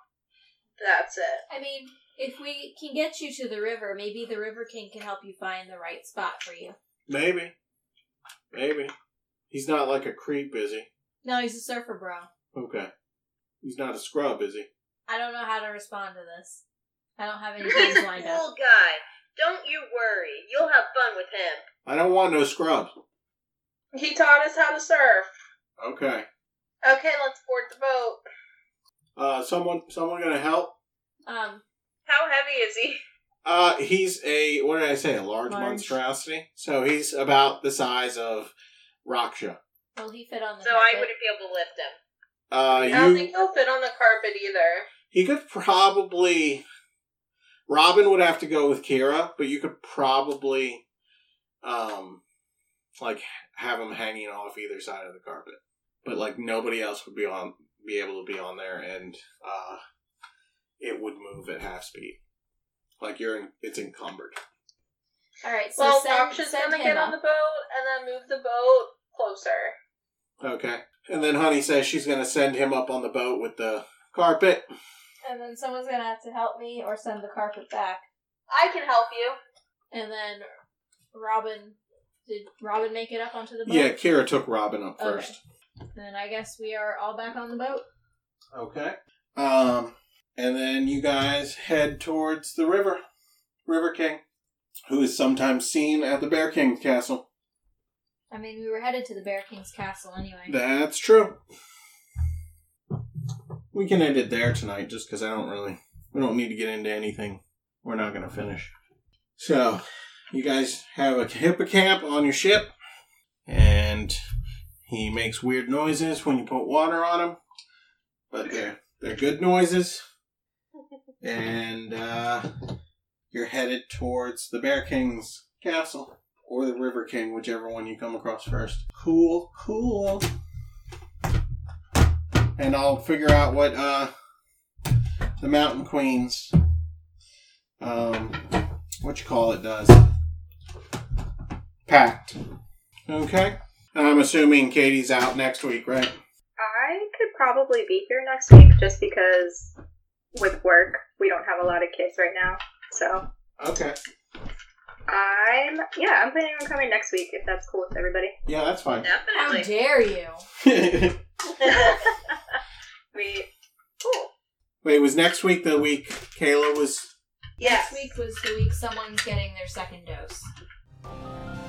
That's it. I mean, if we can get you to the river, maybe the River King can help you find the right spot for you. Maybe. Maybe. He's not like a creep, is he? No, he's a surfer bro. Okay. He's not a scrub, is he? I don't know how to respond to this. I don't have any things lined up. Cool guy. Don't you worry. You'll have fun with him. I don't want no scrubs. He taught us how to surf. Okay. Okay, let's board the boat. Uh, someone, someone gonna help? Um, How heavy is he? Uh, he's a what did I say? A large, Large. monstrosity. So he's about the size of Raksha. will he fit on the So carpet? I wouldn't be able to lift him. Uh, I don't you think he'll fit on the carpet either. he could probably Robin would have to go with Kira, but you could probably um like have him hanging off either side of the carpet. But like nobody else would be on be able to be on there and uh it would move at half speed. Like you're in, it's encumbered. All right, so well, send, Noxious send gonna him get up. on the boat and then move the boat closer. Okay. And then Honey says she's going to send him up on the boat with the carpet. and then someone's gonna have to help me or send the carpet back. I can help you. And then Robin, did Robin make it up onto the boat? Yeah, Kira took Robin up Okay. first. Then I guess we are all back on the boat. Okay. Um, and then you guys head towards the river, River King, who is sometimes seen at the Bear King's castle. I mean, we were headed to the Bear King's castle anyway. That's true. We can end it there tonight, just because I don't really, we don't need to get into anything. We're not going to finish. So, you guys have a hippocamp on your ship, and he makes weird noises when you put water on him, but they're they're good noises. And uh, you're headed towards the Bear King's castle or the River King, whichever one you come across first. Cool, cool. And I'll figure out what uh, the Mountain Queen's um, what you call it does. Packed. Okay. And I'm assuming Katie's out next week, right? I could probably be here next week just because with work, we don't have a lot of kids right now. So Okay. I'm, yeah, I'm planning on coming next week if that's cool with everybody. Yeah, that's fine. How Definitely. dare you? Wait, We, was next week the week Kayla was Yes. This week was the week someone's getting their second dose.